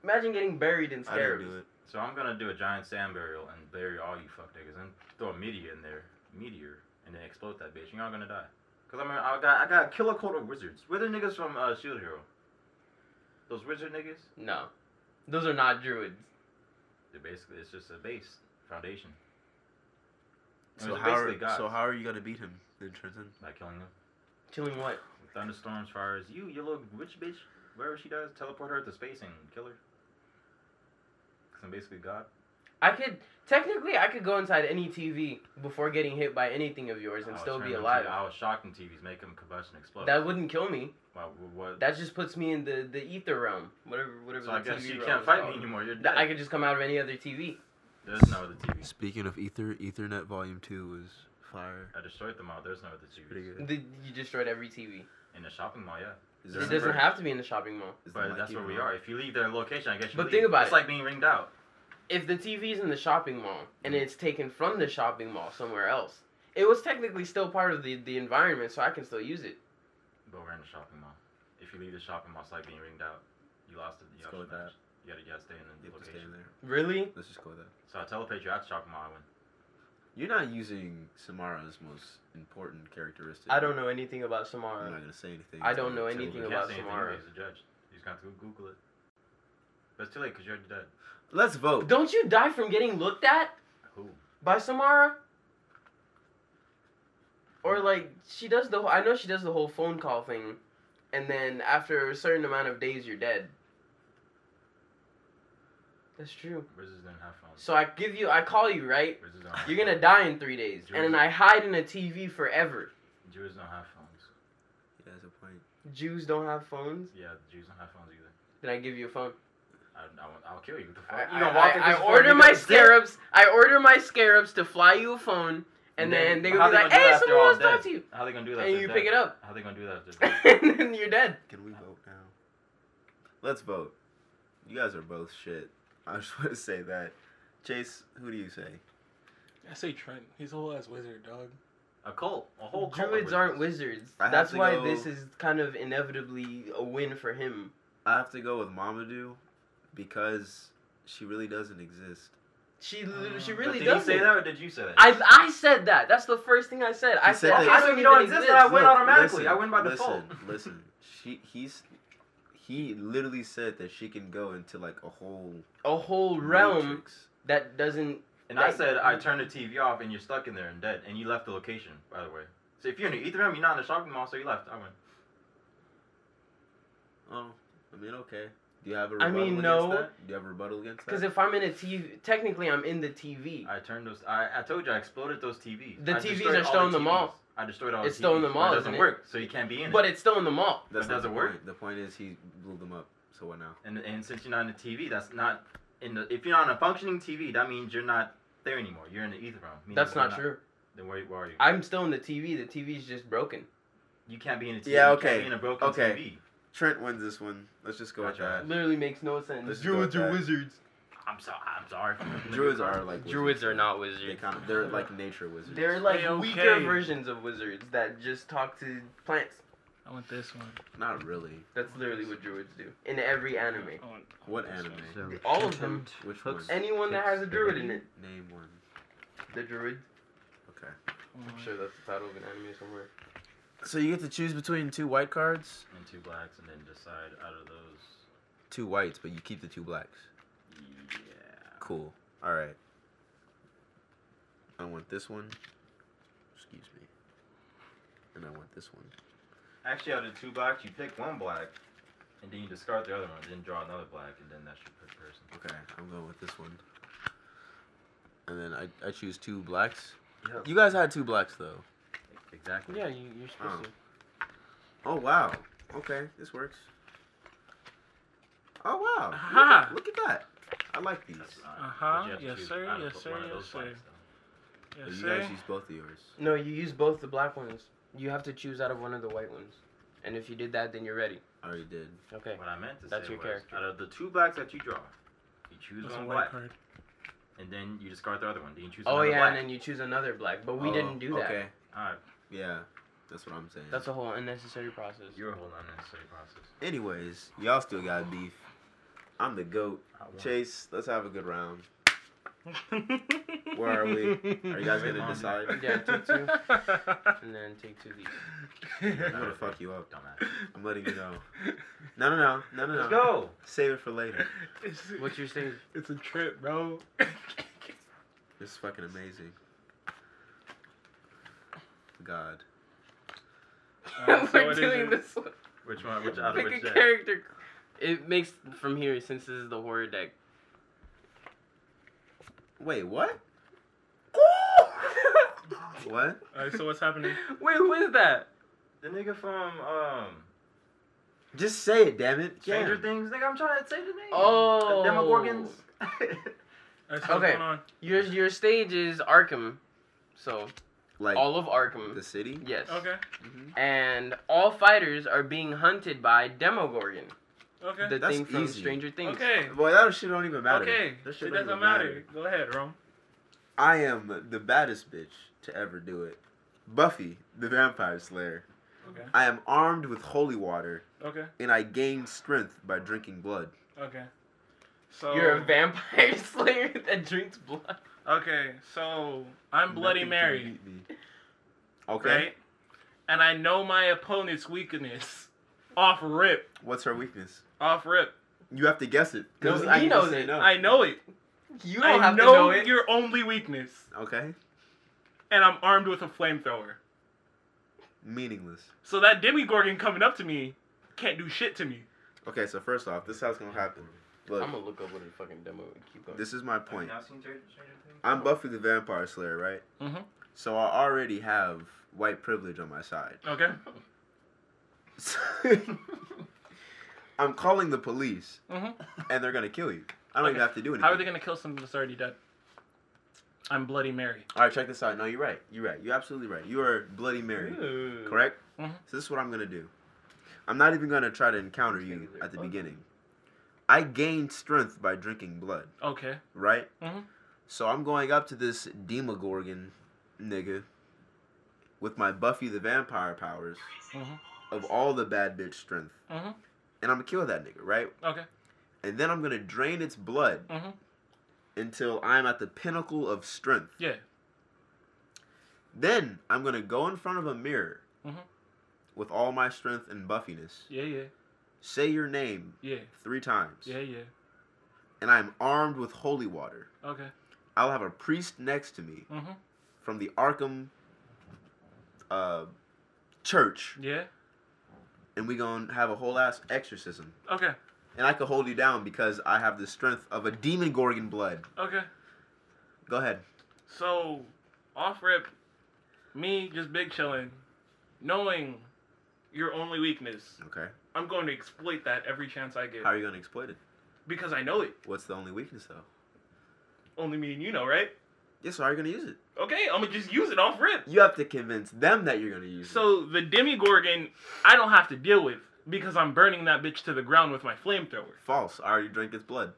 S3: Imagine getting buried in
S5: I didn't
S3: scarabs.
S5: do it.
S6: So I'm gonna do a giant sand burial and bury all you fuck niggas and throw a meteor in there, meteor, and then explode that bitch. You're all gonna die. Cause I mean, I got I got a killer cult of wizards. Where the niggas from uh, Shield Hero? Those wizard niggas?
S3: No, those are not druids.
S6: They're basically it's just a base foundation. I mean,
S5: So
S6: it's
S5: how,
S6: basically
S5: are,
S6: gods.
S5: so how are you gonna beat him in Trenton?
S6: By killing them.
S3: Killing what?
S6: With thunderstorms, fires. You, you little witch bitch. Wherever she does, teleport her to space and kill her. Cause I'm basically God.
S3: I could technically I could go inside any TV before getting hit by anything of yours and
S6: I'll
S3: still
S6: Oh, turn
S3: be
S6: them
S3: alive.
S6: To, I was shocked in TVs, make them combust and explode.
S3: That wouldn't kill me.
S6: Wow, what?
S3: That just puts me in the, the ether realm. Whatever whatever
S6: so
S3: the
S6: I guess
S3: TV
S6: you
S3: realm
S6: can't
S3: is
S6: fight
S3: called.
S6: me anymore. You're dead.
S3: That I could just come out of any other TV.
S6: There's no other TV.
S5: Speaking of Ether, Ethernet Volume Two was fire.
S6: I destroyed them all. There's no other
S5: Pretty
S6: TV.
S5: good.
S3: The, you destroyed every TV.
S6: In the shopping mall, yeah.
S5: Is
S3: It
S5: that-
S3: doesn't have to be in the shopping mall.
S5: is the
S6: But
S5: mic
S6: that's where
S5: even
S6: we
S5: on?
S6: are. If you leave their location, I guess you
S3: But
S6: leave.
S3: think about
S6: It's
S3: it.
S6: like being ringed out.
S3: If the TV's in the shopping mall and
S6: Mm.
S3: it's taken from the shopping mall somewhere else, it was technically still part of the, the environment, so I can still use it.
S6: But we're in the shopping mall. If you leave the shopping mall, it's like being ringed out. You lost it. You
S5: Let's
S6: lost
S5: go with
S6: your
S5: that.
S6: match. You gotta, you gotta stay in
S5: You
S6: the
S5: have to stay
S6: location.
S5: in there.
S3: Really?
S5: Let's just go with that.
S6: So I teleport you out the shopping mall. I win.
S5: You're not using Samara's most important characteristic.
S3: I don't know anything about
S5: I'm not
S3: Samara.
S5: gonna say anything.
S3: I don't know
S5: until
S3: anything
S5: we-
S6: You
S3: about
S6: can't say anything.
S3: Samara.
S6: He's a judge. You just got to Google it. But it's too late because you're already dead.
S5: Let's vote.
S3: Don't you die from getting looked at
S6: Who?
S3: by Samara? Or like she does the whole, I know she does the whole phone call thing, and then after a certain amount of days you're dead. That's true.
S6: Wizards didn't have phones.
S3: So I give you, I call you right.
S6: Wizards don't have
S3: You're gonna
S6: phones.
S3: die in three days, and then I hide in a TV forever.
S6: Jews don't have phones.
S5: Yeah, that's a point.
S3: Jews don't have phones.
S6: Yeah, Jews don't have phones either.
S3: Then I give you a phone.
S6: I, I, won't- I'll kill you. What the fuck?
S3: I,
S6: you gonna
S3: I-
S6: walk
S3: I-
S6: in
S3: I
S6: this floor and
S3: order
S6: you
S3: my
S6: gonna sit?
S3: scarabs. I order my scarabs to fly you a phone, and,
S6: And
S3: then,
S6: then
S3: they go
S6: how
S3: be
S6: they
S3: like,
S6: gonna do
S3: "Hey,
S6: that if they're
S3: someone
S6: all
S3: wants to
S6: dead?
S3: talk to you,"
S6: How they gonna do that?
S3: and
S6: if
S3: you
S6: they're
S3: pick it
S6: dead?
S3: up,
S6: How they gonna do that? if they're dead?
S3: *laughs* and then you're dead.
S5: Can we vote now? Let's vote. You guys are both shit. *laughs* I just want to say that. Chase, who do you say?
S1: I say Trent. He's a whole ass wizard, dog.
S6: a cult, a whole cult. of
S3: Druids aren't wizards.
S5: I have
S3: That's
S5: to
S3: why
S5: go-
S3: this is kind of inevitably a win for him.
S5: I have to go with Mamadou because she really doesn't exist.
S3: She li- she
S1: Uh,
S6: But
S3: really
S6: did he
S3: does.
S6: say that or did you say that?
S3: I I said that. That's the first thing I said. I
S5: He
S3: said,
S5: said
S3: I
S5: that-
S6: Okay, so you don't exist, I win automatically. I win by
S5: *laughs* listen,
S6: default.
S5: Listen, she he's he literally said that she can go into like a whole
S3: a whole realm
S5: matrix.
S3: that doesn't.
S6: And I said, I turned the TV off and you're stuck in there and dead. And you left the location, by the way. So if you're in the ether realm, you're not in the shopping mall, so you left. I went,
S5: Oh, I mean, okay. Do you have a
S3: I
S5: rebuttal
S3: mean,
S5: against
S3: no.
S5: that? Do you have a rebuttal against that?
S3: Because if I'm in a TV, technically I'm in the TV.
S6: I turned those. I, I told you I exploded those TVs.
S3: The
S6: I
S3: TVs
S6: destroyed
S3: are still
S6: all
S3: in the mall.
S6: TVs. I destroyed all
S3: It's
S6: the TVs.
S3: still in the mall,
S6: But it
S3: isn't
S6: doesn't
S3: it?
S6: work, so you can't be in
S3: But
S6: it.
S3: it's still in the mall.
S5: That's
S6: But
S5: not
S6: does
S5: the
S6: it work?
S5: Point. The point is he blew them up. So what now?
S6: And, and since you're not in the TV, that's not in the. If you're not on a functioning TV, that means you're not there anymore. You're in the ether realm. meaning
S3: That's
S6: you're
S3: not true.
S6: Then where, where are you?
S3: I'm still in the TV. The TV's just broken.
S6: You can't be in a TV.
S5: Yeah,
S6: You can't
S5: okay.
S6: be in a broken
S5: Okay.
S6: TV.
S5: Trent wins this one. Let's just go with
S6: Gotcha.
S5: that.
S3: Literally makes no sense.
S5: Let's go with that.
S3: wizards.
S6: I'm so I'm sorry.
S5: Druids are like
S3: Druids are not
S5: They
S3: wizards.
S5: kind of they're like nature wizards.
S3: They're like
S1: Hey,
S3: weaker
S1: okay.
S3: versions of wizards that just talk to plants.
S1: I want this one.
S5: not really.
S3: That's literally what druids do in every anime.
S1: I want
S5: What
S1: this
S5: anime?
S1: one.
S7: So,
S3: All of them.
S5: Which one?
S3: Anyone that has a druid in it,
S5: Name one.
S3: the druid.
S5: Okay.
S1: I
S3: I'm
S1: want-
S3: sure that's the title of an anime somewhere.
S5: So you get to choose between two white cards,
S6: And two blacks, and then decide out of those.
S5: two whites, but you keep the two blacks.
S6: Yeah.
S5: Cool. All right. I want this one. Excuse me. And I want this one.
S6: Actually, out of two blacks, you pick one black, and then you discard the other one, then draw another black, and then that's your per- person.
S5: Okay, I'm going with this one. And then I, I choose two blacks.
S6: Yeah.
S5: You guys had two blacks though.
S6: Exactly.
S1: Yeah, you, you're
S5: Um,
S1: supposed to.
S5: Oh wow. Okay, this works. Oh wow. Look at-
S1: Aha.
S5: Look, at, that. I like these.
S6: That's,
S1: Uh-huh.
S6: but you have to
S1: Yes,
S6: choose
S1: sir.
S6: out
S1: Yes,
S6: of one
S1: sir.
S6: of
S1: Yes,
S6: those
S1: sir.
S6: blacks, though.
S5: But
S1: Yes,
S5: you
S1: sir.
S5: guys use both of yours.
S3: No, you use both the black ones. You have to choose out of one of the white ones. And if you did that, then you're ready.
S5: I already did.
S3: Okay.
S6: What I meant to
S3: That's
S6: say
S3: your
S6: was,
S3: character.
S6: out of the two blacks that you draw, you choose
S1: That's a
S6: one
S1: white *laughs*
S6: black,
S1: card.
S6: and then you discard the other one. Then you choose
S3: Oh
S6: another
S3: yeah,
S6: black.
S3: and then you choose another black. But we
S5: Oh,
S3: didn't do that.
S5: Okay.
S6: All right,
S5: Yeah. That's what I'm saying.
S3: That's a whole unnecessary process.
S6: you're a whole unnecessary process.
S5: Anyways, y'all still got beef. I'm the goat.
S6: I won.
S5: Chase, let's have a
S3: *laughs*
S5: good round. Where are we? Are you guys gonna decide?
S3: *laughs* Yeah, take two. And then take two of these.
S5: I'm *laughs* gonna fuck
S6: *laughs*
S5: you up.
S6: Dumbass.
S5: I'm letting you
S3: *laughs*
S5: know. No, no, no, no, no, no.
S6: Let's go.
S5: Save it for later.
S1: It's-
S3: What's your stage?
S1: It's a trip, *laughs* bro.
S5: This is fucking amazing. God.
S3: *laughs*
S1: Alright, Uh, so
S3: We're
S1: what is
S3: doing
S1: it?
S3: this one.
S6: Which one? Which out of
S3: Pick
S6: which
S3: a
S5: uh,
S6: deck?
S3: character. It makes from here since this is the horror deck. *laughs*
S5: Wait, what? What?
S1: Alright, so what's happening?
S3: Wait, who is that?
S6: The nigga from um
S5: Just say it, damn it.
S6: Stranger
S5: Damn.
S6: Things. Nigga, I'm trying to say the name.
S3: Oh.
S6: The
S5: *laughs*
S6: Demogorgons.
S1: Alright, so what's
S3: Okay.
S1: going on?
S3: Your your stage is Arkham, so
S5: Like
S3: all of Arkham.
S5: the city?
S3: Yes.
S1: Okay,
S3: And all fighters are being hunted by Demogorgon,
S1: okay.
S3: the
S5: That's
S3: thing from
S5: easy.
S3: Stranger Things.
S1: Okay.
S5: Boy, that shit don't even matter.
S1: Okay.
S5: That shit
S1: It
S5: don't
S1: doesn't
S5: even
S1: matter. Go ahead, Rome.
S5: I am the baddest bitch to ever do it. Buffy, the vampire slayer.
S1: Okay.
S5: I am armed with holy water,
S1: Okay.
S5: and I gain strength by drinking blood.
S1: Okay. So
S3: You're a vampire *laughs* slayer that drinks blood.
S1: Okay, so I'm Bloody
S5: Nothing can
S1: Mary,
S5: beat me. Okay.
S1: right? And I know my opponent's weakness. *laughs* Off rip.
S5: What's her weakness?
S1: Off rip.
S5: You have to guess it. 'cause
S3: No,
S5: I
S3: he
S5: can just
S3: knows
S5: say
S3: it.
S5: no.
S1: I know it.
S3: Oh. You
S1: I
S3: don't have
S1: know,
S3: to know it.
S1: your only weakness.
S5: Okay.
S1: And I'm armed with a flamethrower.
S5: Meaningless.
S1: So that Demigorgon coming up to me can't do shit to me.
S5: Okay, so first off, this is how it's gonna happen. Look,
S3: I'm gonna look up what the fucking demo would keep *laughs* going.
S5: this is my point.
S6: Have you not seen Stranger Things?
S5: I'm Buffy the Vampire Slayer, right?
S1: Mhm.
S5: So I already have white privilege on my side.
S1: *laughs*
S5: *laughs*
S1: Okay?
S5: I'm calling the police,
S1: Mhm.
S5: and they're gonna kill you. I don't even
S1: Okay.
S5: have to do anything.
S1: How are they gonna kill something that's already dead? I'm Bloody Mary.
S5: All right, check this out. No, you're right. You're right. You're absolutely right. You are Bloody Mary, correct?
S1: Mhm.
S5: So this is what I'm gonna do. I'm not even gonna try to encounter you at the beginning. I gained strength by drinking blood.
S1: Okay.
S5: right?
S1: Mhm.
S5: So I'm going up to this Demogorgon nigga with my Buffy the Vampire powers
S1: Mhm.
S5: of all the bad bitch strength.
S1: Mhm.
S5: And I'm gonna kill that nigga, right?
S1: Okay.
S5: And then I'm gonna drain its blood
S1: Mhm.
S5: until I'm at the pinnacle of strength.
S1: Yeah.
S5: Then I'm gonna go in front of a mirror
S1: Mhm.
S5: with all my strength and buffiness,
S1: Yeah, yeah.
S5: say your name
S1: Yeah.
S5: three times,
S1: Yeah. Yeah.
S5: and I'm armed with holy water.
S1: Okay.
S5: I'll have a priest next to me
S1: Mhm.
S5: from the Arkham uh, church,
S1: Yeah.
S5: and we gonna have a whole ass exorcism.
S1: Okay.
S5: And I could hold you down because I have the strength of a demon gorgon blood.
S1: Okay.
S5: Go ahead.
S1: So, off rip, me just big chilling, knowing your only weakness,
S5: Okay.
S1: I'm going to exploit that every chance I get
S5: How are you gonna exploit it?
S1: because I know it.
S5: What's the only weakness though?
S1: Only me and you know, right?
S5: Yes, so how are you gonna use it?
S1: Okay, I'm gonna just use it off rip.
S5: You have to convince them that you're gonna use it.
S1: So the Demigorgon, I don't have to deal with because I'm burning that bitch to the ground with my flamethrower.
S5: False. I already drank its blood.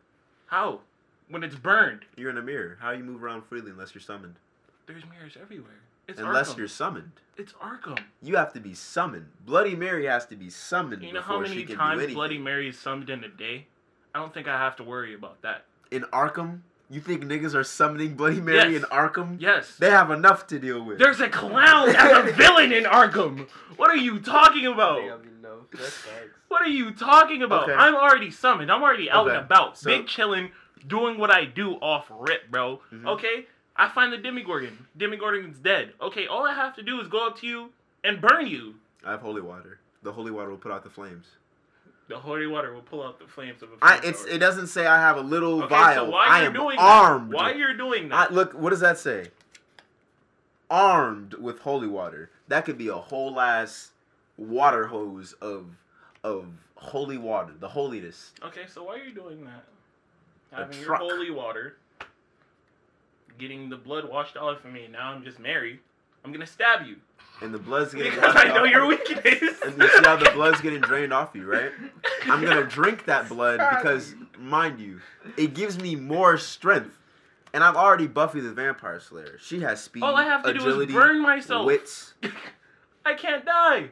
S1: How? When it's burned,
S5: You're in a mirror. How you move around freely unless you're summoned?
S1: there's mirrors everywhere. It's
S5: unless
S1: Arkham.
S5: you're summoned.
S1: It's Arkham.
S5: You have to be summoned. Bloody Mary has to be summoned
S1: You know
S5: before
S1: how
S5: she
S1: many
S5: can do
S1: times
S5: anything.
S1: Bloody Mary is summoned in a day? I don't think I have to worry about that.
S5: in Arkham, you think niggas are summoning Bloody Mary
S1: Yes.
S5: in Arkham?
S1: Yes.
S5: They have enough to deal with.
S1: There's a clown as
S5: *laughs*
S1: a villain in Arkham. What are you talking
S5: Oh.
S3: Yeah, I
S1: about?
S3: mean, no, that's facts.
S1: What are you talking about?
S5: Okay.
S1: I'm already summoned. I'm already out
S5: Okay,
S1: and about.
S5: so-
S1: Big chillin', doing what I do off rip, bro.
S5: Mhm.
S1: Okay? I find the Demigorgon. Demigorgon's dead. Okay, all I have to do is go up to you and burn you.
S5: I have holy water. The holy water will put out the flames.
S1: The holy water will pull out the flames of a
S5: I
S1: flamethrower.
S5: it's it doesn't say I have a little
S1: Okay,
S5: vial.
S1: so while
S5: I
S1: you're
S5: am
S1: doing
S5: armed.
S1: That, while you're doing
S5: I,
S1: that,
S5: look, what does that say? Armed with holy water. That could be a whole ass water hose of of holy water, the holiness.
S1: Okay, so while you're doing that,
S5: A
S1: having your
S5: truck.
S1: holy water, getting the blood washed off of me, and now I'm just married, I'm gonna stab
S5: *laughs*
S1: you.
S5: And the blood's getting
S1: Because *laughs*
S5: washed
S1: I know
S5: off
S1: your
S5: you.
S1: weakness.
S5: And you see how the blood's getting drained off you, right? I'm
S1: *laughs*
S5: gonna drink that blood because, mind you, it gives me more strength. And I've already Buffy the Vampire Slayer. She has speed,
S1: All I have to
S5: agility,
S1: do is burn myself.
S5: wits,
S1: *laughs* I can't die.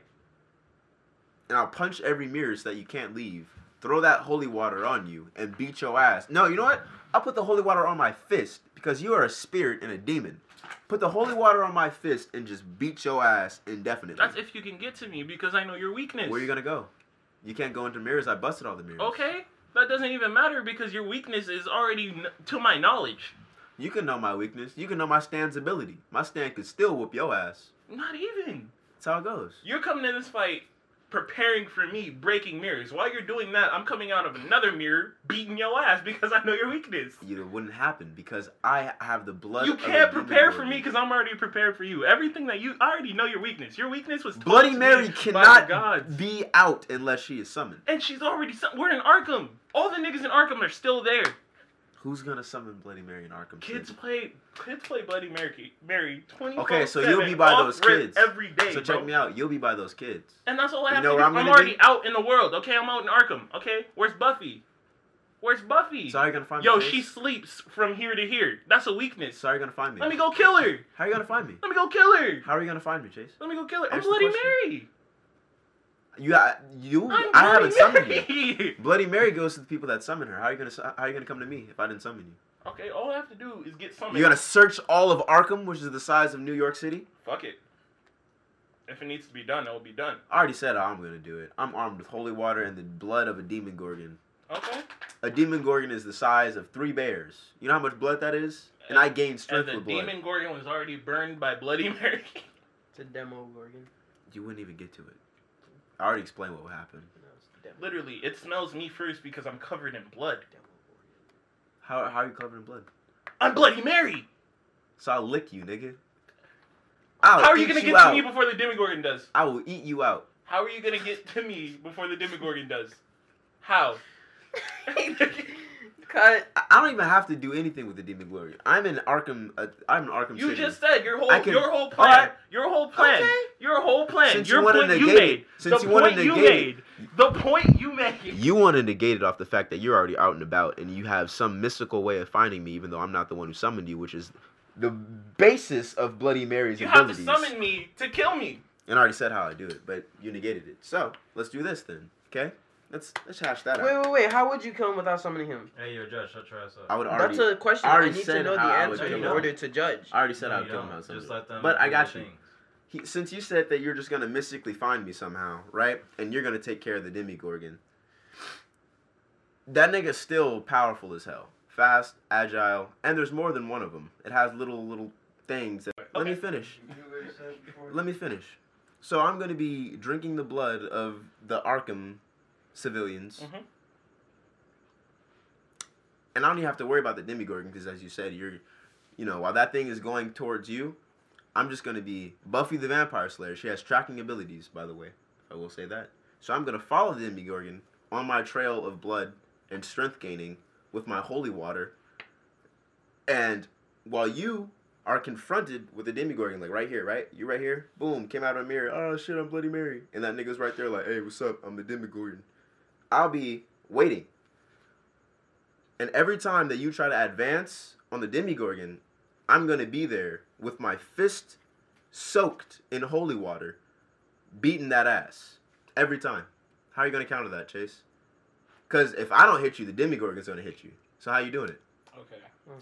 S5: and I'll punch every mirror so that you can't leave. Throw that holy water on you and beat your ass. No, you know what? I'll put the holy water on my fist because you are a spirit and a demon. Put the holy water on my fist and just beat your ass indefinitely.
S1: That's if you can get to me because I know your weakness.
S5: Where are you gonna go? You can't go into mirrors. I busted all the mirrors.
S1: Okay, that doesn't even matter because your weakness is already kn- to my knowledge.
S5: You can know my weakness. You can know my stand's ability. My stand could still whoop your ass.
S1: Not even.
S5: That's how it goes.
S1: You're coming in this fight preparing for me breaking mirrors. While you're doing that, I'm coming out of another mirror beating your ass because I know your weakness.
S5: You it wouldn't happen because I have the blood.
S1: You
S5: of a
S1: can't
S5: demon
S1: prepare for
S5: lord.
S1: me because I'm already prepared for you. Everything that you, I already know your weakness. Your weakness was told
S5: Bloody
S1: to
S5: Mary
S1: me by the
S5: cannot
S1: gods.
S5: be out unless she is summoned.
S1: and she's already. Some, we're in Arkham. All the niggas in Arkham are still there.
S5: Who's gonna summon Bloody Mary in Arkham?
S1: Kids
S5: City?
S1: play, kids play Bloody Mary. Mary twenty.
S5: Okay, so you'll be by those kids.
S1: every day.
S5: So check
S1: bro.
S5: me out. You'll be by those kids.
S1: And that's all I
S5: You
S1: have
S5: know
S1: to do.
S5: where
S1: I'm,
S5: I'm gonna
S1: already
S5: be?
S1: out in the world. Okay, I'm out in Arkham. Okay, where's Buffy? Where's Buffy?
S5: So how are you gonna find
S1: Yo,
S5: me? Chase?
S1: she sleeps from here to here. That's a weakness.
S5: So how are you gonna find me?
S1: Let me go kill her.
S5: How are you gonna find me?
S1: Let me go kill her.
S5: How are you gonna find me, Chase?
S1: Let me go kill her. I'm
S5: Ask the
S1: Bloody
S5: question.
S1: Mary.
S5: You, I, you,
S1: I'm
S5: I haven't
S1: Bloody
S5: summoned you.
S1: Mary. *laughs*
S5: Bloody Mary goes to the people that summon her. How are you gonna, su- how are you gonna come to me if I didn't summon you?
S1: Okay, all I have to do is get something.
S5: You're gonna search all of Arkham, which is the size of New York City.
S1: fuck it. If it needs to be done, it will be done.
S5: I already said I'm gonna do it. I'm armed with holy water and the blood of a demon gorgon.
S1: Okay.
S5: A demon gorgon is the size of three bears. You know how much blood that is? And I gain
S1: And
S5: strength
S1: the
S5: with blood.
S1: demon Gorgon was already burned by Bloody *laughs* Mary.
S3: It's a demo, Gorgon.
S5: You wouldn't even get to it. I already explained what would happen.
S3: No, it's a demo.
S1: Literally, it smells me first because I'm covered in blood.
S3: demo Gorgon.
S5: How, how are you covered in blood?
S1: I'm Bloody Mary.
S5: So I'll lick you, nigga. I'll
S1: How are you
S5: eat
S1: gonna get
S5: out.
S1: to me before the Demigorgon does?
S5: I will eat you out.
S1: How are you gonna get to me before the Demogorgon does?
S5: *laughs*
S1: How? *laughs*
S3: *laughs* Cut.
S5: I, I don't even have to do anything with the demon glory. I'm in Arkham. Uh, I'm in Arkham
S1: You
S5: City.
S1: just said your whole
S5: I can-
S1: your whole plan,
S5: Alright.
S1: your whole plan,
S5: Okay.
S1: your whole plan,
S5: Since
S1: your
S5: you wanna
S1: point you
S5: negate it.
S1: made,
S5: Since
S1: the
S5: you wanna
S1: point you made,
S5: negate it.
S1: the point you made.
S5: You want to negate it off the fact that you're already out and about and you have some mystical way of finding me, even though I'm not the one who summoned you, which is the basis of Bloody Mary's
S1: You have to
S5: abilities.
S1: summon me to kill me.
S5: and I already said how I do it, but you negated it. So let's do this then, okay? Let's let's hash that
S3: Wait,
S5: out.
S3: wait, wait. How would you kill him without summoning him?
S6: Hey, yo, Judge, shut your ass up.
S5: I would already.
S3: That's a question.
S5: I
S3: I
S5: already
S3: need to
S5: said
S3: know the
S5: how I would
S3: answer
S6: kill
S3: in
S6: him.
S3: order to judge.
S5: I already said
S6: No,
S5: I would
S6: you
S5: kill him
S6: don't. Just
S5: out someday.
S6: let them
S5: But
S6: do
S5: I
S6: their
S5: got you.
S6: things.
S5: He, since you said that you're just gonna mystically find me somehow, right? And you're gonna take care of the demigorgon. that nigga's still powerful as hell. Fast, agile, and there's more than one of them. It has little little things. That, Let me
S1: Okay.
S5: finish.
S2: You hear what he said before?
S5: Let me finish. So I'm gonna be drinking the blood of the Arkham civilians,
S1: Mhm.
S5: and I don't even have to worry about the Demigorgon because, as you said, you're, you know, while that thing is going towards you, I'm just gonna be Buffy the Vampire Slayer. She has tracking abilities, by the way. I will say that. So I'm gonna follow the Demigorgon on my trail of blood and strength gaining with my holy water, and while you are confronted with a demigorgon, like right here, right? You right here, boom, came out of a mirror. Oh shit, I'm Bloody Mary. And that nigga's right there, like, hey, what's up? I'm the demigorgon. I'll be waiting. And every time that you try to advance on the demigorgon, I'm gonna be there with my fist soaked in holy water, beating that ass every time. How are you gonna counter that, Chase? Because if I don't hit you, the demigorgon's gonna hit you. So how you doing it?
S1: Okay.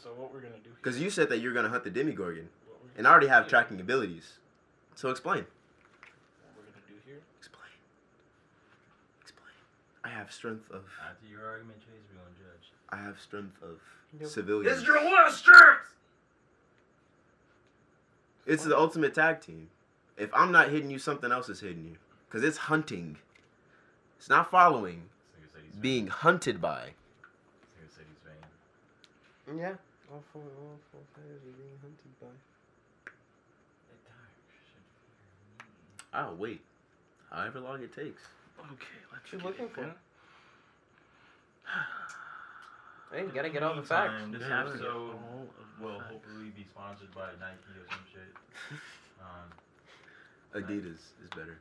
S1: So what we're gonna do? here-
S5: Because you said that you're gonna hunt the demigorgon.
S1: what we're-
S5: And I already have
S1: Yeah.
S5: tracking abilities. So explain.
S1: What we're gonna do here?
S5: Explain. Explain. I have strength of.
S6: After your argument, Chase, we're gonna judge.
S5: I have strength of
S3: Nope.
S5: civilians.
S1: last chance.
S5: It's the ultimate tag team. If I'm not hitting you, something else is hitting you. Because it's hunting. It's not following.
S6: This nigga said he's vain.
S5: Being hunted by.
S6: This nigga said he's vain.
S3: Yeah. All four, all four players are being hunted by.
S5: I'll wait. However long it takes.
S1: Okay. Let's
S3: you
S1: get
S3: looking
S1: it,
S3: for?
S1: man.
S3: Hey, you gotta get all the facts.
S6: This
S5: Yeah, right.
S6: episode
S1: All of the
S6: will
S1: facts.
S6: hopefully be sponsored by Nike or some
S5: *laughs*
S6: shit. Um,
S5: Adidas is better.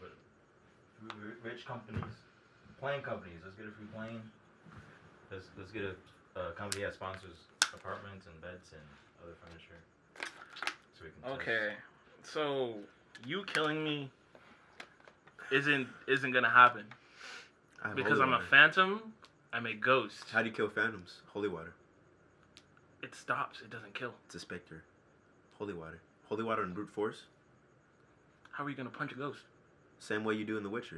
S6: r- r- rich companies, plane companies. Let's get a free plane. Let's let's get a uh, company that sponsors apartments and beds and other furniture. So we can.
S1: Okay. So you killing me isn't isn't gonna happen
S5: I have
S1: because
S5: holy
S1: I'm a
S5: water.
S1: phantom. I'm a ghost.
S5: How do you kill phantoms? Holy water.
S1: It stops. It doesn't kill.
S5: It's a specter. Holy water. Holy water and brute force.
S1: How are you gonna punch a ghost?
S5: Same way you do in The Witcher.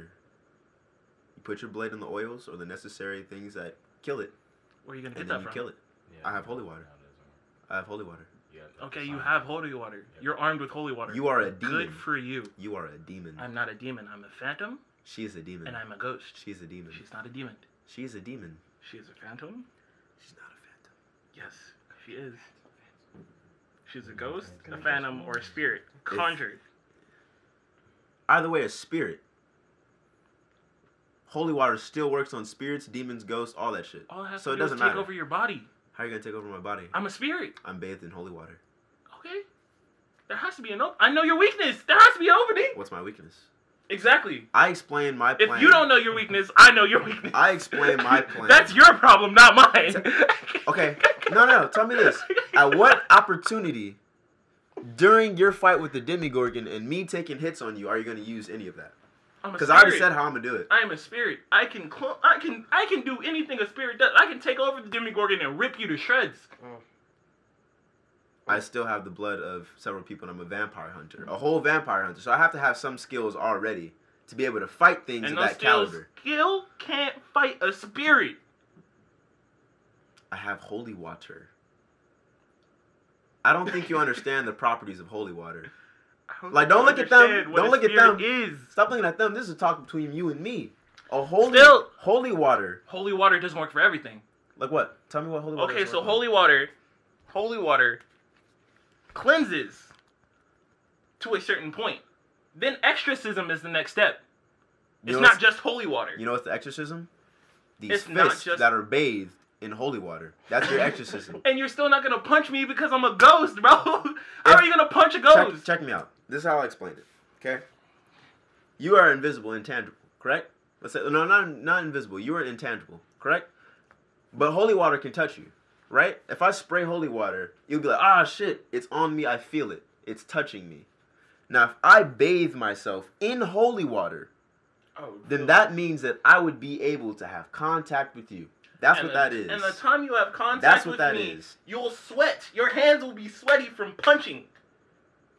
S5: You put your blade in the oils or the necessary things that kill it,
S1: Where are you gonna get
S5: and then
S1: that
S5: you
S1: from?
S5: kill it.
S6: Yeah,
S5: I have holy water. I have holy water.
S6: You have to
S1: Okay, you
S6: sign
S1: have
S6: it.
S1: holy water.
S6: Yep.
S1: You're armed with holy water.
S5: You are a
S1: Good
S5: demon.
S1: for you.
S5: You are a demon.
S1: I'm not a demon. I'm a phantom,
S5: She is a demon.
S1: and I'm a ghost.
S5: She's a demon.
S1: She's not a demon.
S5: She is a demon.
S1: She is a phantom.
S5: She's not a phantom.
S1: Yes, she is. She's a ghost, a phantom, or a spirit conjured.
S5: Either way, a spirit. Holy water still works on spirits, demons, ghosts, all that shit.
S1: All I have
S5: So
S1: to
S5: it
S1: do is
S5: doesn't
S1: take
S5: matter.
S1: over your body.
S5: How are you gonna take over my body?
S1: I'm a spirit.
S5: I'm bathed in holy water.
S1: Okay. There has to be an open. I know your weakness. There has to be an opening.
S5: What's my weakness?
S1: Exactly.
S5: I explain my
S1: If
S5: plan.
S1: you don't know your weakness, I know your *laughs* weakness.
S5: I explain my
S1: *laughs*
S5: plan.
S1: That's your problem, not mine. *laughs*
S5: Okay. No, no. Tell me this. At what opportunity during your fight with the Demigorgon and me taking hits on you are you going to use any of that?
S1: I'm a
S5: Because I already
S1: spirit.
S5: said how I'm going to do it.
S1: I am a spirit. I can clone. I can. I can do anything a spirit does. I can take over the Demigorgon and rip you to shreds.
S5: I still have the blood of several people and I'm a vampire hunter. A whole vampire hunter. So I have to have some skills already to be able to fight things
S1: and
S5: of that
S1: skills
S5: caliber.
S1: still can't fight a spirit.
S5: I have holy water. I don't
S1: *laughs*
S5: think you understand the properties of holy water.
S1: I
S5: Like, don't look at them.
S1: understand what
S5: Don't
S1: a
S5: look at
S1: spirit Is
S5: Stop looking at them. This is a talk between you and me. A holy
S1: Still-
S5: holy water.
S1: holy water doesn't work for everything.
S5: Like what? Tell me what holy water
S1: Okay,
S5: is
S1: so
S5: worth.
S1: holy water, holy water cleanses to a certain point. Then exorcism is the next step.
S5: You
S1: It's
S5: know
S1: not just holy water.
S5: You know what's the exorcism? These
S1: It's not
S5: fists
S1: just-
S5: that are bathed in holy water. That's
S1: *laughs*
S5: your exorcism.
S1: and you're still not gonna punch me because I'm a ghost, bro. *laughs* How are you gonna punch a ghost?
S5: check, check me out. This is how I explained it. Okay. You are invisible, intangible, correct? Let's say no, not not invisible. You are intangible, correct? But holy water can touch you, right? If I spray holy water, you'll be like, ah, shit, it's on me. I feel it. It's touching me. Now, if I bathe myself in holy water,
S1: Oh,
S5: then that means that I would be able to have contact with you. That's
S1: and
S5: what
S1: the,
S5: that is.
S1: And the time you have contact
S5: That's what
S1: with
S5: that
S1: me,
S5: is.
S1: you'll sweat. Your hands will be sweaty from punching.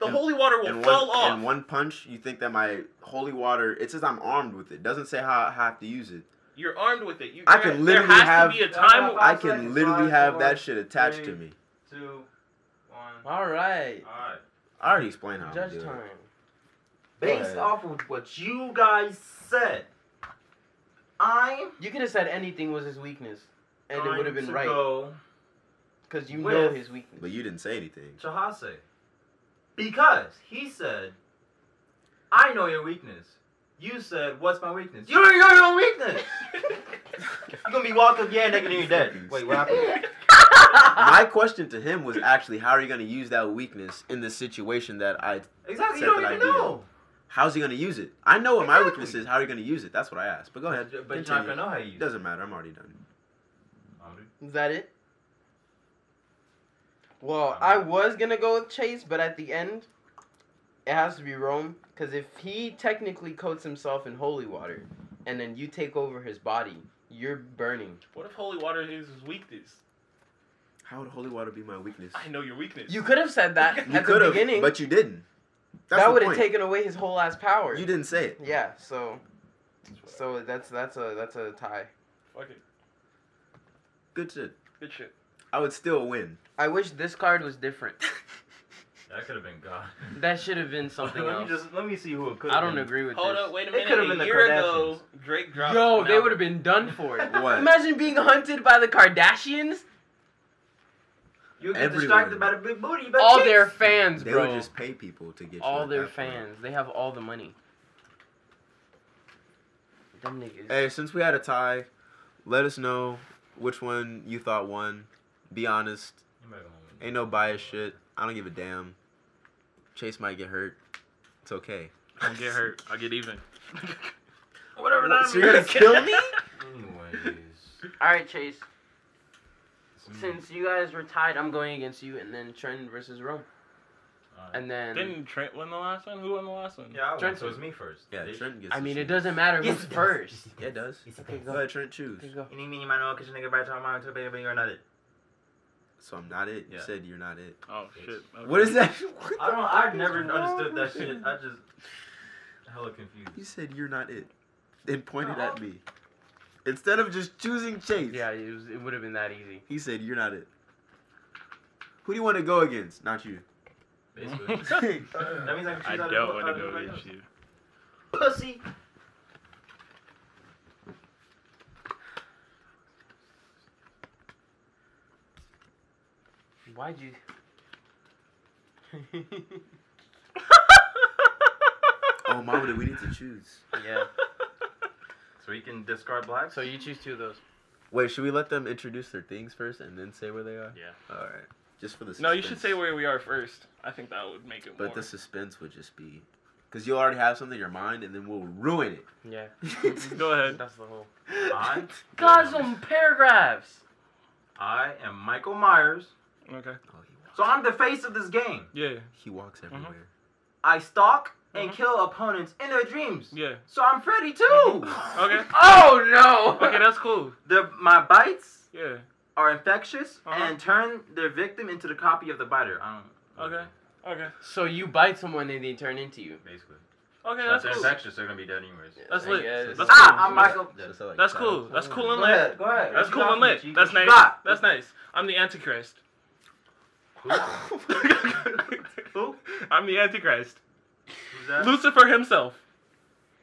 S1: The
S5: And-
S1: holy water will
S5: and
S1: fall
S5: one,
S1: off.
S5: and one punch, you think that my holy water, it says I'm armed with it. Doesn't say how I have to use it.
S1: You're armed with it. You,
S5: I
S1: there-
S5: could literally
S1: there has
S5: have-
S1: to be a time.
S2: That's
S5: I
S2: Five
S5: can
S2: seconds,
S5: literally
S2: five,
S5: have
S2: four,
S5: that shit attached to
S6: three.
S5: me.
S6: Two, one.
S3: All right.
S6: Alright.
S5: I already explained how. I'm
S3: Judge
S5: doing it.
S3: time.
S6: Based
S5: Right.
S6: off of what you guys said, I'm
S3: You could have said anything was his weakness, and it would have been right
S6: Go
S3: because you
S6: with-
S3: know his weakness.
S5: But you didn't say anything.
S6: Chahase. Because he said, I know your weakness. You said, What's my weakness? You don't know your own
S5: *laughs*
S6: weakness! You're gonna be walking, yeah, nigga, then you're dead. Wait, what happened?
S5: My question to him was actually, how are you going to use that weakness in the situation that I?
S6: Exactly,
S5: Said
S6: you don't
S5: that
S6: even
S5: I did.
S6: know.
S5: How's he going to use it? I know what my
S6: Exactly.
S5: weakness is. How are you going to use it? That's what I asked. But go ahead.
S6: But you're not
S5: Continue.
S6: gonna know how you
S5: It
S6: use it.
S5: doesn't matter. I'm already done.
S3: Is that it?
S5: Um,
S3: Well, I was gonna go with Chase, but at the end, it has to be Rome. Because if he technically coats himself in holy water, and then you take over his body, you're burning.
S1: What if holy water is his weakness?
S5: How would holy water be my weakness?
S1: I know your weakness.
S3: You could have said that
S1: You
S5: You
S3: at the
S5: could
S3: beginning.
S5: have, but you didn't. That's
S3: that
S5: the
S3: would have
S5: point.
S3: taken away his whole ass power.
S5: You didn't say it.
S3: Yeah. So, so that's that's a that's a tie.
S1: Fuck it.
S5: Good shit.
S1: Good shit.
S5: I would still win.
S3: I wish this card was
S5: *laughs*
S3: different.
S6: That could have been God.
S3: That should have been something
S6: let me
S3: else.
S6: just let me see who it could.
S3: I don't agree with
S1: Hold
S3: this.
S1: up, wait a
S6: It
S1: minute.
S6: could've
S1: a
S6: been the
S1: year ago, Drake dropped.
S3: Yo,
S1: an
S3: they
S1: album.
S3: would have been done for.
S5: *laughs* What?
S3: Imagine being hunted by the Kardashians.
S6: You get
S5: Everyone.
S6: distracted by the big booty. You
S3: all their fans,
S5: They
S3: bro.
S5: would just pay people to get you
S3: all
S5: at
S3: their
S5: that point.
S3: fans. They have all the money. Them niggas.
S5: Hey, since we had a tie, let us know which one you thought won. Be honest. Ain't no bias shit. I don't give a damn. Chase might get hurt. It's okay.
S1: Don't get hurt. I'll get *laughs* even.
S6: Whatever
S5: What,
S6: that
S5: so *laughs* you're gonna
S6: means.
S5: kill
S1: *laughs*
S5: me?
S6: Anyways.
S3: All right, Chase. *laughs*
S5: Mm.
S3: Since you guys were tied, I'm going against you, and then Trent versus Rome, and then.
S1: Didn't Trent win the last one? Who won the last one?
S6: yeah, I won,
S3: Trent-
S6: so it's me first.
S5: *laughs* Yeah,
S6: Bitch.
S5: Trent gets.
S3: I
S5: to
S3: mean, it
S5: choose.
S3: doesn't matter
S5: Yes,
S3: who's
S5: it does.
S3: first.
S5: Yeah, it does.
S3: Okay,
S5: Go
S3: go.
S5: ahead, Trent, choose.
S3: Okay, go.
S6: You need me, you might know, cause you nigga right time, my baby, but you're not it.
S5: So I'm not it. You
S6: Yeah.
S5: said you're not it.
S1: Oh shit. Okay.
S5: What is that? *laughs* What
S6: I
S5: the-
S6: don't. I've never
S5: is wrong
S6: understood that
S5: with
S6: shit.
S5: you?
S6: I just hella confused.
S5: You said you're not it, and pointed at me. Instead of just choosing Chase,
S3: Yeah, it, was- it would have been that easy.
S5: he said you're not it. Who do you want to go against? Not you.
S6: Basically,
S1: *laughs*
S6: *laughs* that means I can choose
S1: I
S6: out of
S1: don't
S6: who-
S1: want to
S6: out of
S1: go
S6: everybody
S1: against you.
S6: else. Pussy.
S3: Why'd you?
S5: oh, mama, do we need to choose?
S3: *laughs* yeah.
S6: So you can discard black.
S3: So you choose two of those.
S5: Wait, should we let them introduce their things first and then say where they are?
S1: Yeah.
S5: All right. Just for the.
S1: No, you should
S5: suspense.
S1: say where we are first. I think that would make it
S5: But
S1: more.
S5: the suspense would just be, because you'll already have something in your mind, and then we'll ruin *laughs*
S3: Yeah.
S5: it.
S1: Go ahead.
S3: That's the whole.
S6: I,
S5: Oh,
S3: God, some paragraphs.
S6: I am Michael Myers.
S1: Okay.
S5: Oh, he, walks.
S6: So I'm the face of this game.
S1: Yeah.
S5: he walks
S1: Mm-hmm.
S5: everywhere.
S6: I stalk and
S1: Mhm.
S6: kill opponents in their dreams.
S1: Yeah.
S6: So I'm Freddy too.
S1: Okay.
S3: Oh no.
S1: Okay, that's cool.
S6: The my bites
S1: Yeah.
S6: are infectious
S1: Uh-huh.
S6: and turn their victim into the copy of the biter. I don't.
S1: Okay. Okay.
S3: *laughs* So you bite someone and they turn into you.
S6: Basically.
S1: Okay,
S6: But
S1: that's
S6: they're
S1: cool.
S6: infectious. They're gonna be dead anyways.
S1: That's
S3: I
S1: lit.
S3: guess.
S1: That's cool.
S6: Ah, I'm Michael.
S5: So, so, like,
S1: That's
S5: that-
S1: cool. That's cool and
S6: Go
S1: lit.
S6: ahead. Go ahead.
S1: That's
S6: You
S1: cool
S6: got
S1: and
S6: me,
S1: lit.
S6: G.
S1: That's
S6: You
S1: nice.
S6: got.
S1: That's nice. I'm the Antichrist. *laughs*
S6: Who?
S1: I'm the Antichrist.
S6: Who's that?
S1: Lucifer himself.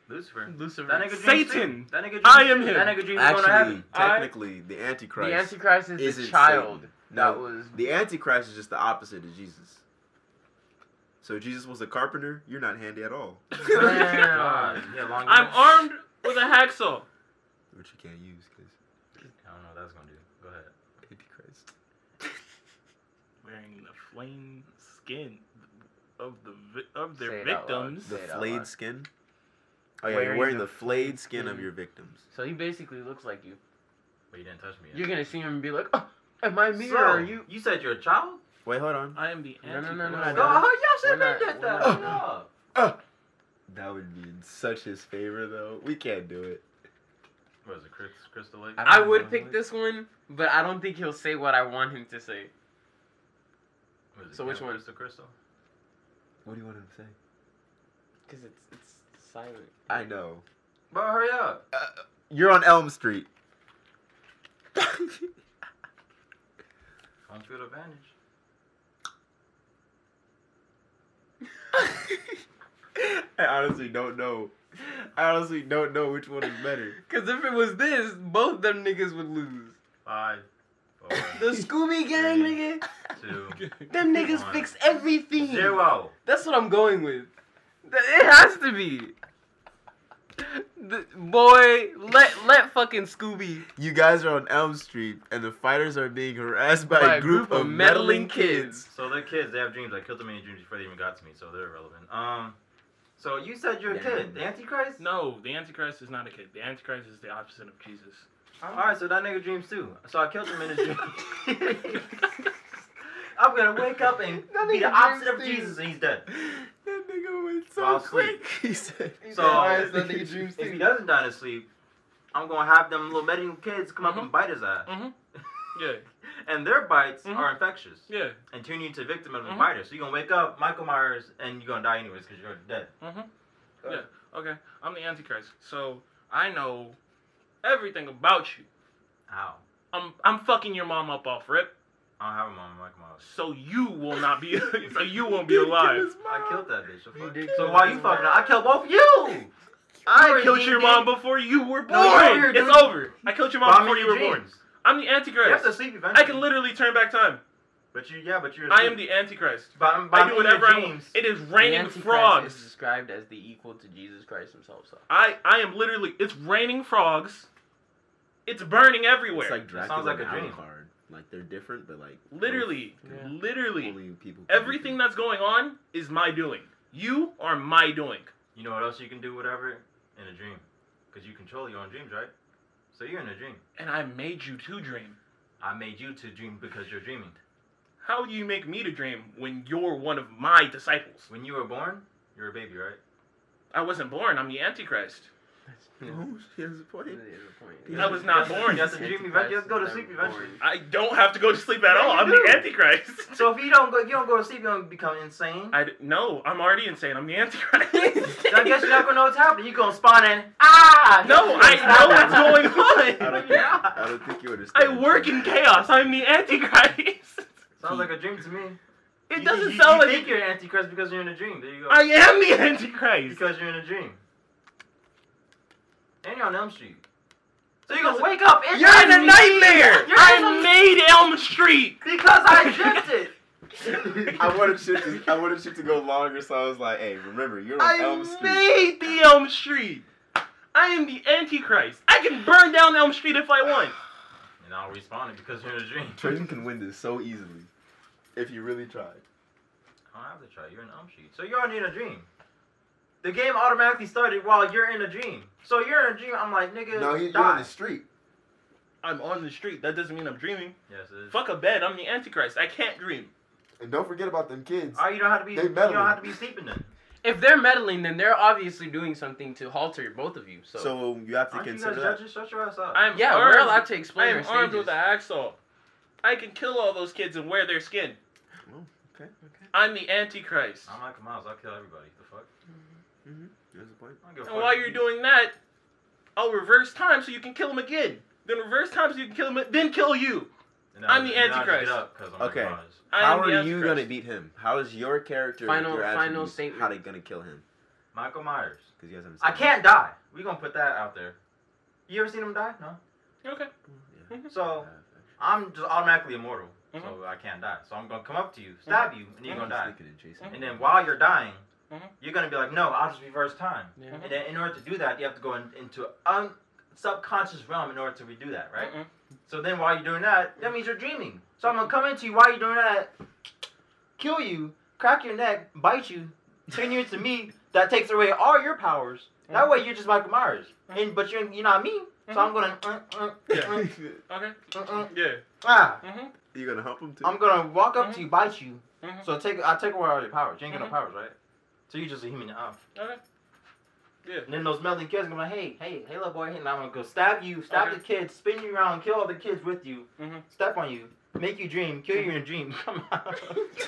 S6: Lucifer. That
S3: Lucifer.
S6: nigga dreams
S1: Satan.
S6: too. That nigga dreams
S1: I am
S6: too.
S1: him.
S6: That nigga dreams going to
S5: Actually,
S6: *laughs* heaven.
S5: technically, the
S3: The
S5: Antichrist
S3: Antichrist is
S5: isn't
S3: the child.
S5: Satan.
S3: That
S5: No,
S3: was
S5: the Antichrist is just the opposite of Jesus. So Jesus was a carpenter. You're not handy at all,
S3: Damn.
S1: *laughs*
S6: God. Yeah, long
S1: I'm
S6: arm.
S1: armed with a hacksaw.
S5: which you can't use because
S6: I don't know what that's gonna do. Go ahead.
S5: Antichrist.
S1: Wearing the flame skin of the vi- of their
S3: Say it out loud.
S1: victims.
S5: The
S3: Say it out
S5: flayed
S3: loud.
S5: skin. Oh yeah, you're
S3: Wearing
S5: wearing
S3: the
S5: the Mm. flayed skin of
S3: Mhm.
S5: your victims.
S3: So he basically looks like you.
S6: But you didn't touch me.
S3: You're
S6: Yet.
S3: gonna see him and be like, oh, "Am I me
S6: so,
S3: or are you?"
S6: You said you're a child.
S5: Wait, hold on.
S1: I am the
S3: No, no,
S1: Antichrist.
S3: no,
S6: No,
S3: no, no.
S6: y'all should
S3: We're
S6: have did
S3: not-
S6: that.
S5: we're
S6: No.
S5: That would be in such his favor though. We can't do it.
S6: What is it, Chris, Crystal Lake?
S3: I would pick this one, but I don't think he'll say what I want him to say.
S6: What is it,
S3: So which
S6: Camp
S3: one?
S6: Crystal Crystal.
S5: What do you want him to say?
S3: Cause it's it's silent.
S5: I know.
S6: Bro, hurry up.
S5: You're on Elm Street.
S3: *laughs*
S6: Home field advantage.
S5: *laughs* I honestly don't know. I honestly don't know which one is better.
S3: *laughs* Because if it was this, both them niggas would lose.
S6: Five, *laughs*
S3: The
S6: four,
S3: Scooby Gang, nigga.
S6: two,
S3: Them niggas
S6: One.
S3: fix everything.
S6: zero.
S3: That's what I'm going with. Th- It has to be. The, boy, let let fucking Scooby
S5: You guys are on Elm Street, and the fighters are being harassed by, a group, of meddling kids.
S6: *laughs* So they're kids. They have dreams. I killed them in their dreams before they even got to me, so they're irrelevant. Um, so you said you're a
S3: Yeah.
S6: kid, the Antichrist?
S1: No, the Antichrist is not a kid. The Antichrist is the opposite of Jesus.
S6: All right, so that nigga dreams too. So I killed him in his dream. *laughs* I'm gonna wake up and
S3: That
S6: be
S3: nigga
S6: the opposite
S3: dreams
S6: of
S3: too.
S6: Jesus, and he's dead.
S5: That nigga went so
S6: While asleep.
S5: quick. *laughs* He said,
S6: So-
S3: *laughs*
S6: If he doesn't die in his sleep, I'm gonna have them little meddling kids come up and bite his ass.
S1: Mhm. Yeah,
S6: And their bites
S1: Mhm.
S6: are infectious
S1: yeah.
S6: and turn you into a victim of the
S1: Mhm.
S6: biter. So you're gonna wake up Michael Myers and you're gonna die anyways because you're dead.
S1: Okay, I'm the Antichrist, so I know everything about you.
S6: How?
S1: I'm I'm fucking your mom up off rip,
S6: I don't have a mom, Michael Myers.
S1: so you will not be, *laughs* so you won't be alive.
S6: I killed that bitch. so
S3: You
S6: fuck.
S3: did
S6: So
S3: kill
S6: why
S3: his
S6: you
S3: mom.
S6: fucking? I killed both of you.
S1: I killed your mom before you were born.
S6: No, you're weird,
S1: it's
S6: dude.
S1: over. I killed your mom
S6: Bombing
S1: before you
S6: your
S1: were born.
S6: dreams.
S1: I'm the
S6: You have
S1: Antichrist.
S6: to sleep eventually.
S1: I can literally turn back time.
S6: But you, yeah, but you're.
S1: I am the Antichrist.
S6: Bomb,
S1: I
S6: bombing
S1: do
S6: your
S1: whatever I want.
S6: dreams.
S1: It is
S3: The
S1: raining
S3: Antichrist is
S1: frogs.
S3: described as the equal to Jesus Christ himself. So
S1: I I am literally. It's raining frogs. It's burning everywhere.
S5: It's like Dracula
S6: sounds like
S5: and
S6: a dream.
S5: Alucard. Like they're different, but like
S1: literally,
S3: Yeah.
S1: literally.
S5: only people. can
S1: Everything that's going on is my doing. You are my doing.
S6: You know what else you can do? Whatever in a dream, because you control your own dreams, right? So you're in a dream.
S1: And I made you to dream.
S6: I made you to dream because you're dreaming.
S1: How do you make me to dream when you're one of my disciples?
S6: When you were born, you were a baby, right?
S1: I wasn't born, I'm the Antichrist.
S5: do.
S3: yeah.
S1: *laughs*
S5: Oh, she has a point.
S1: I was not born.
S6: You have to dream eventually. You have to go to sleep eventually.
S1: I don't have to go to sleep at
S6: Yeah,
S1: all.
S6: you
S1: I'm
S6: do.
S1: the Antichrist. *laughs*
S6: So if you don't go, if you don't go to sleep, you're gonna become insane.
S1: I d- no, I'm already insane. I'm the Antichrist. *laughs*
S6: *laughs* I guess you're not gonna know what's happening. You're gonna spawn in. Ah!
S1: *laughs* no, I know what's going
S5: I
S1: on.
S5: *laughs* don't think, I don't think you understand.
S1: I work in chaos. I'm the Antichrist. *laughs*
S6: Sounds like a dream to me.
S1: It
S6: you,
S1: doesn't
S6: you,
S1: sound
S6: you
S1: like
S6: think you're an antichrist because you're in a dream. There you go.
S1: I am the Antichrist.
S6: because you're in a dream. And you're on Elm Street. So you're gonna
S1: Because-
S6: wake up in
S1: You're in a
S6: dream
S1: nightmare.
S6: You're in
S1: I
S6: a-
S1: made Elm Street. *laughs*
S6: because I dreamt it.
S5: I wanted shit. To, I wanted shit to go longer, so I was like, "Hey, remember, you're on
S1: I
S5: Elm Street."
S1: made the Elm Street. I am the Antichrist. I can burn down Elm Street if I want.
S6: And I'll respond it because you're in a dream.
S5: Trenton can win this so easily if you really tried.
S6: I don't have to try. You're in Elm Street. So you're already in a dream. The game automatically started while you're in a dream. So you're in a dream. I'm like, nigga,
S5: No, he, you're on
S6: die.
S5: the street.
S1: I'm on the street. That doesn't mean I'm dreaming.
S6: Yes, it is.
S1: Fuck a bed. I'm the Antichrist. I can't dream.
S5: And don't forget about them kids.
S6: Oh, you don't have to be.
S5: They
S6: You don't
S5: meddling.
S6: have to be sleeping then.
S3: If they're meddling, then they're obviously doing something to halter both of you. So,
S5: So you have to
S6: Aren't you guys
S5: consider that.
S6: judges? Shut your ass up.
S1: I'm
S3: yeah,
S1: armed.
S3: we're allowed to
S1: I
S3: explain
S1: am
S3: our
S1: armed
S3: stages.
S1: with an axle. I can kill all those kids and wear their skin.
S5: Oh, okay.
S1: I'm the Antichrist.
S6: I'm Michael Miles. I'll kill everybody. The fuck.
S5: There's Mm-hmm. a point.
S6: I don't give a
S1: And
S6: fuck.
S1: while you're doing that, I'll reverse time so you can kill him again. Then reverse time so you can kill him. Then kill you.
S6: And
S1: I'm
S6: I'll-
S1: the
S6: and I'll just
S1: Antichrist.
S6: get up 'cause I'm Michael
S5: Okay.
S6: Myers.
S1: I am
S5: How
S1: the
S5: are you
S1: Antichrist.
S5: gonna beat him? How is your character? with
S3: Final-
S5: your
S3: final
S5: attributes,
S3: statement.
S5: How they gonna kill him?
S6: Michael Myers.
S5: Because you guys haven't.
S6: I
S5: seen it.
S6: can't die. We gonna put that out there. You ever seen him die? No.
S1: Okay.
S6: So I'm just automatically immortal, so
S1: Mhm.
S6: I can't die. So I'm gonna come up to
S1: Mm-hmm.
S6: you, stab you, and you're gonna die.
S1: Mhm.
S6: And then
S5: *laughs*
S6: while you're dying,
S1: Mhm.
S6: you're gonna be like, no, I'll just reverse time.
S3: Yeah.
S6: And then in order to do that, you have to go in, into un subconscious realm in order to redo that,
S3: *laughs* Mm-hmm.
S6: right?
S1: Mm-mm.
S6: So then while you're doing that, that means you're dreaming. So I'm gonna come into you while you're doing that, kill you, crack your neck, bite you, turn you into me. That takes away all your powers. That way you're just Michael Myers. And but you're you're not me. So I'm gonna uh, uh, uh,
S1: Okay.
S6: uh, uh,
S1: Yeah.
S6: ah.
S1: Mhm.
S5: you gonna help him too. *laughs*
S6: I'm gonna walk up to you, bite you.
S1: Mhm.
S6: So take I take away all your powers. You ain't got
S1: Mhm.
S6: no powers, right? So you're just a human now.
S1: Okay. Yeah.
S6: And then those meddling kids gonna be like, hey, hey, hey, little boy, hey, and I'm gonna go stab you, stab
S1: Okay.
S6: the kids, spin you around, kill all the kids with you,
S1: Mhm.
S6: step on you, make you dream, kill
S1: Mm-hmm.
S6: you in a dream, *laughs* come out.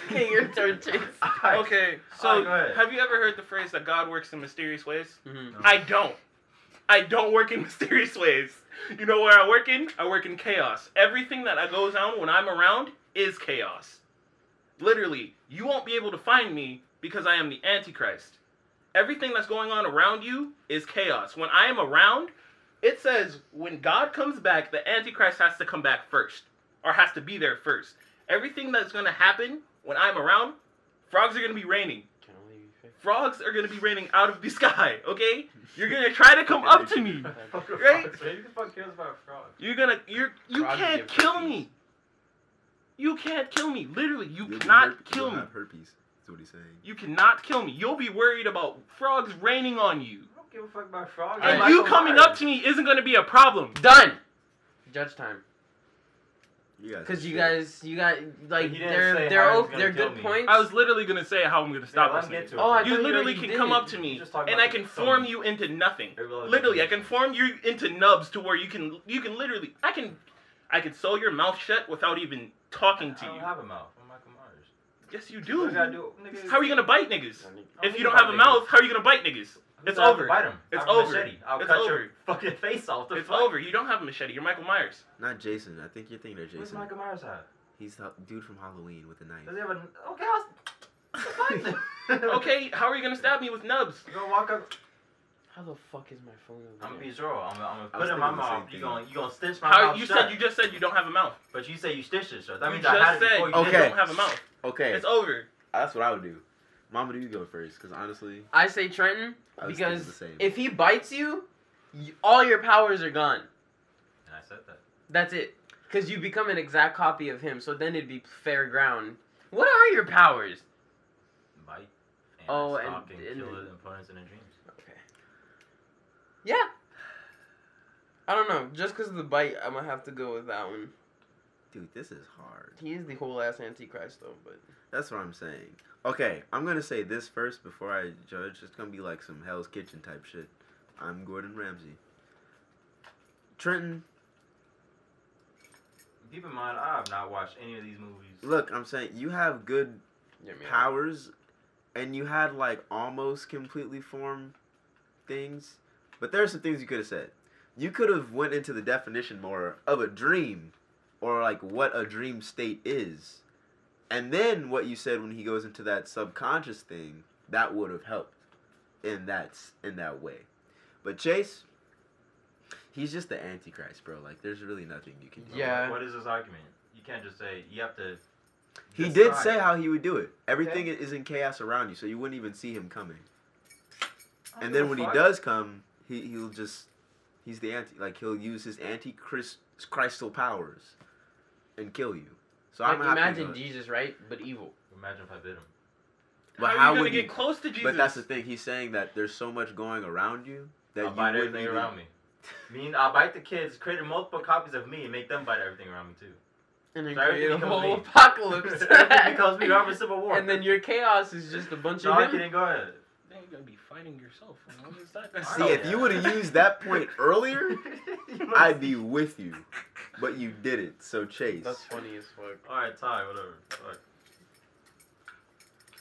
S3: Okay, your
S1: *laughs*
S3: turn, Chase.
S6: Alright.
S1: Okay, so
S6: Alright, go ahead.
S1: Mm-hmm. have you ever heard the phrase that God works in mysterious ways?
S3: Mhm.
S1: I don't. I don't work in *laughs* mysterious ways. You know where I work in? I work in chaos. Everything that I goes on when I'm around is chaos. Literally, you won't be able to find me because I am the Antichrist. Everything that's going on around you is chaos. When I am around, it says when God comes back, the Antichrist has to come back first or has to be there first. Everything that's going to happen when I'm around, frogs are going to be raining
S3: Can only be fixed.
S1: frogs are gonna be raining out of the sky, okay? You're gonna try to come up to me.
S6: *laughs*
S1: Right?
S6: Who the fuck cares about frogs?
S1: You're gonna you're you
S3: Frogs
S1: can't
S3: give
S1: kill
S3: herpes.
S1: me. You can't kill me. Literally, you
S5: You'll be
S1: cannot
S5: herp-
S1: kill
S5: you'll
S1: me.
S5: have herpes. That's what he's saying.
S1: You cannot kill me. You'll be worried about frogs raining on you.
S6: I don't give a fuck about frogs.
S3: Hey,
S1: And
S3: Michael
S1: you coming up to me isn't gonna be a problem.
S3: Done. Judge time.
S5: You guys.
S3: Because
S5: are
S3: you
S5: shit.
S3: guys, you got like
S6: He didn't
S3: they're
S6: say
S3: they're
S6: how he's
S3: o-
S6: gonna
S3: they're
S6: kill
S3: good
S6: me.
S3: points.
S1: I was literally gonna say how I'm gonna stop
S6: let's
S1: this.
S6: get
S1: nigga.
S6: to it.
S3: Oh, I
S1: You
S3: thought you
S1: literally
S3: already
S1: can
S3: did
S1: come
S3: it.
S1: up to me,
S6: just talked
S1: and
S6: about
S1: I can
S6: the
S1: form
S6: song.
S1: you into nothing.
S6: Every other
S1: Literally, I
S6: thing.
S1: can form you into nubs to where you can you can literally I can I can sew your mouth shut without even talking to
S6: I don't
S1: you.
S6: have a mouth. I'm Michael Myers.
S1: Yes, you
S6: What
S1: do.
S6: do I gotta do? Nigga,
S1: How are you gonna bite niggas?
S6: I
S1: If you
S6: need
S1: don't
S6: to
S1: have a
S6: bite
S1: mouth,
S6: niggas.
S1: how are you gonna bite niggas? It's
S6: I have to
S1: over.
S6: Bite him.
S1: It's
S6: I have a
S1: over.
S6: Machete. I'll
S1: It's
S6: cut
S1: over.
S6: your fucking face off. The
S1: It's
S6: fuck?
S1: over. You don't have a machete. You're Michael Myers.
S5: Not Jason. I think you're thinking of
S6: Where's
S5: Jason.
S6: Michael Myers at?
S5: He's the dude from Halloween with a knife.
S6: Does he have a? Okay, I'll. Find *laughs* him.
S1: Okay, how are you gonna stab me with nubs?
S6: You gonna walk up?
S3: How the fuck is my phone
S6: I'm
S3: over
S6: gonna
S3: there?
S6: be zero. I'm gonna, I'm
S5: I
S6: gonna
S5: was
S6: put it in my
S5: thinking the same
S6: mouth. You
S5: thing.
S6: gonna you gonna stitch my
S1: How
S6: mouth
S1: you
S6: shut.
S1: said you just said you don't have a mouth.
S6: but you say you stitched it, so that
S1: you
S6: means
S1: just
S6: I had
S1: said
S6: it before you
S5: Okay.
S1: you
S6: did.
S1: don't have a mouth.
S5: Okay,
S1: It's over.
S5: that's what I would do. Mama, do you go first? Because honestly,
S3: I say Trenton
S5: I was thinking the
S3: because
S5: same.
S3: if he bites you, you, all your powers are gone.
S6: And I said that.
S3: That's it. Because you become an exact copy of him, so then it'd be fair ground. What are your powers?
S6: Bite. And
S3: Oh,
S6: stalk
S3: and-
S6: and,
S3: and-
S6: kill the opponents in their dreams.
S3: Okay. Yeah. I don't know. Just because of the bite, I'm gonna have to go with that one.
S5: dude, this is hard.
S3: He is the whole ass antichrist though, but
S5: That's what I'm saying. Okay, I'm gonna say this first before I judge. It's gonna be like some Hell's Kitchen type shit. I'm Gordon Ramsay. Trenton,
S6: Keep in mind, I have not watched any of these movies.
S5: look, I'm saying you have good
S3: yeah, man.
S5: powers, and you had like almost completely formed things, but there are some things you could have said. You could have went into the definition more of a dream, or like what a dream state is, and then what you said when he goes into that subconscious thing that would have helped in that s- in that way. But Chase, he's just the antichrist, bro. Like there's really nothing you can do.
S3: Yeah.
S6: What is this argument? You can't just say you have to.
S5: He
S6: decide.
S5: did say how he would do it. Everything is in chaos around you, so you wouldn't even see him coming.
S6: I don't give
S5: and then
S6: a
S5: when he
S6: fuck.
S5: does come, he he'll just he's the anti like he'll use his anti Christal powers and kill you. So I'm
S3: Like,
S5: happy.
S3: imagine
S5: about-
S3: Jesus, right? But evil.
S6: Imagine if I bit him.
S5: But
S1: how,
S5: how
S1: are you
S5: would
S1: gonna
S5: you-
S1: get close to Jesus?
S5: but that's the thing. He's saying that there's so much going around you that
S6: I'll
S5: you
S6: bite
S5: wouldn't
S6: everything
S5: even- *laughs*
S6: around me. Mean I'll bite the kids, create multiple copies of me, and make them bite everything around me *laughs* too.
S3: And then
S6: So everything
S3: create a
S6: becomes
S3: whole
S6: me.
S3: *laughs* apocalypse.
S6: Everything becomes *laughs* me. We
S3: *laughs*
S6: have a civil war.
S3: And then your chaos is just a bunch
S6: no,
S3: of
S6: I'm
S3: him.
S6: kidding. Go ahead.
S1: Then you're gonna be fighting yourself. You know? It's not gonna
S5: See, if
S1: *laughs*
S5: you would have used that point earlier,
S6: *laughs* You
S5: I'd be with you. But you didn't. So Chase,
S3: That's funny as fuck.
S6: All right, Ty. Whatever. Fuck.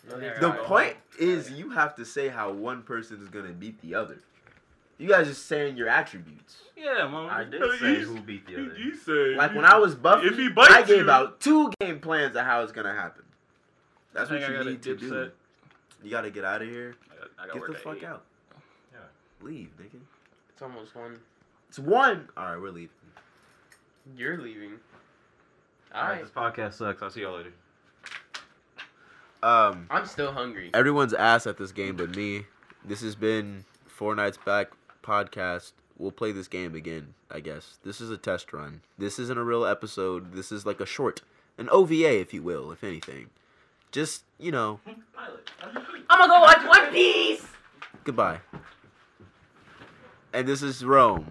S5: the
S1: Alright.
S5: point is you have to say how one person is gonna beat the other. You guys just saying your attributes.
S1: Yeah, mom.
S6: I did say who beat the other.
S1: You say
S5: Like when I was buffing,
S1: If he bites
S5: I gave
S1: you-
S5: out two game plans of how it's gonna happen. That's
S1: I
S5: what
S1: think I
S5: you
S1: got a
S5: need to do.
S1: dipset.
S5: You gotta get out of here.
S1: I got- I got
S5: Get
S1: work
S5: the
S1: at
S5: fuck
S1: eight.
S5: out.
S6: Yeah.
S5: Leave, nigga.
S3: It's almost one.
S5: It's one. All right, we're leaving.
S3: You're leaving.
S6: All
S3: Alright.
S6: This podcast sucks. I'll see y'all later.
S5: Um,
S3: I'm still hungry.
S5: everyone's ass at this game, but me. This has been four nights back podcast. We'll play this game again, I guess. This is a test run. This isn't a real episode. This is like a short, an OVA, if you will, if anything. Just you know,
S1: Pilot.
S3: I'm gonna go watch One Piece!
S5: Goodbye. And this is Rome.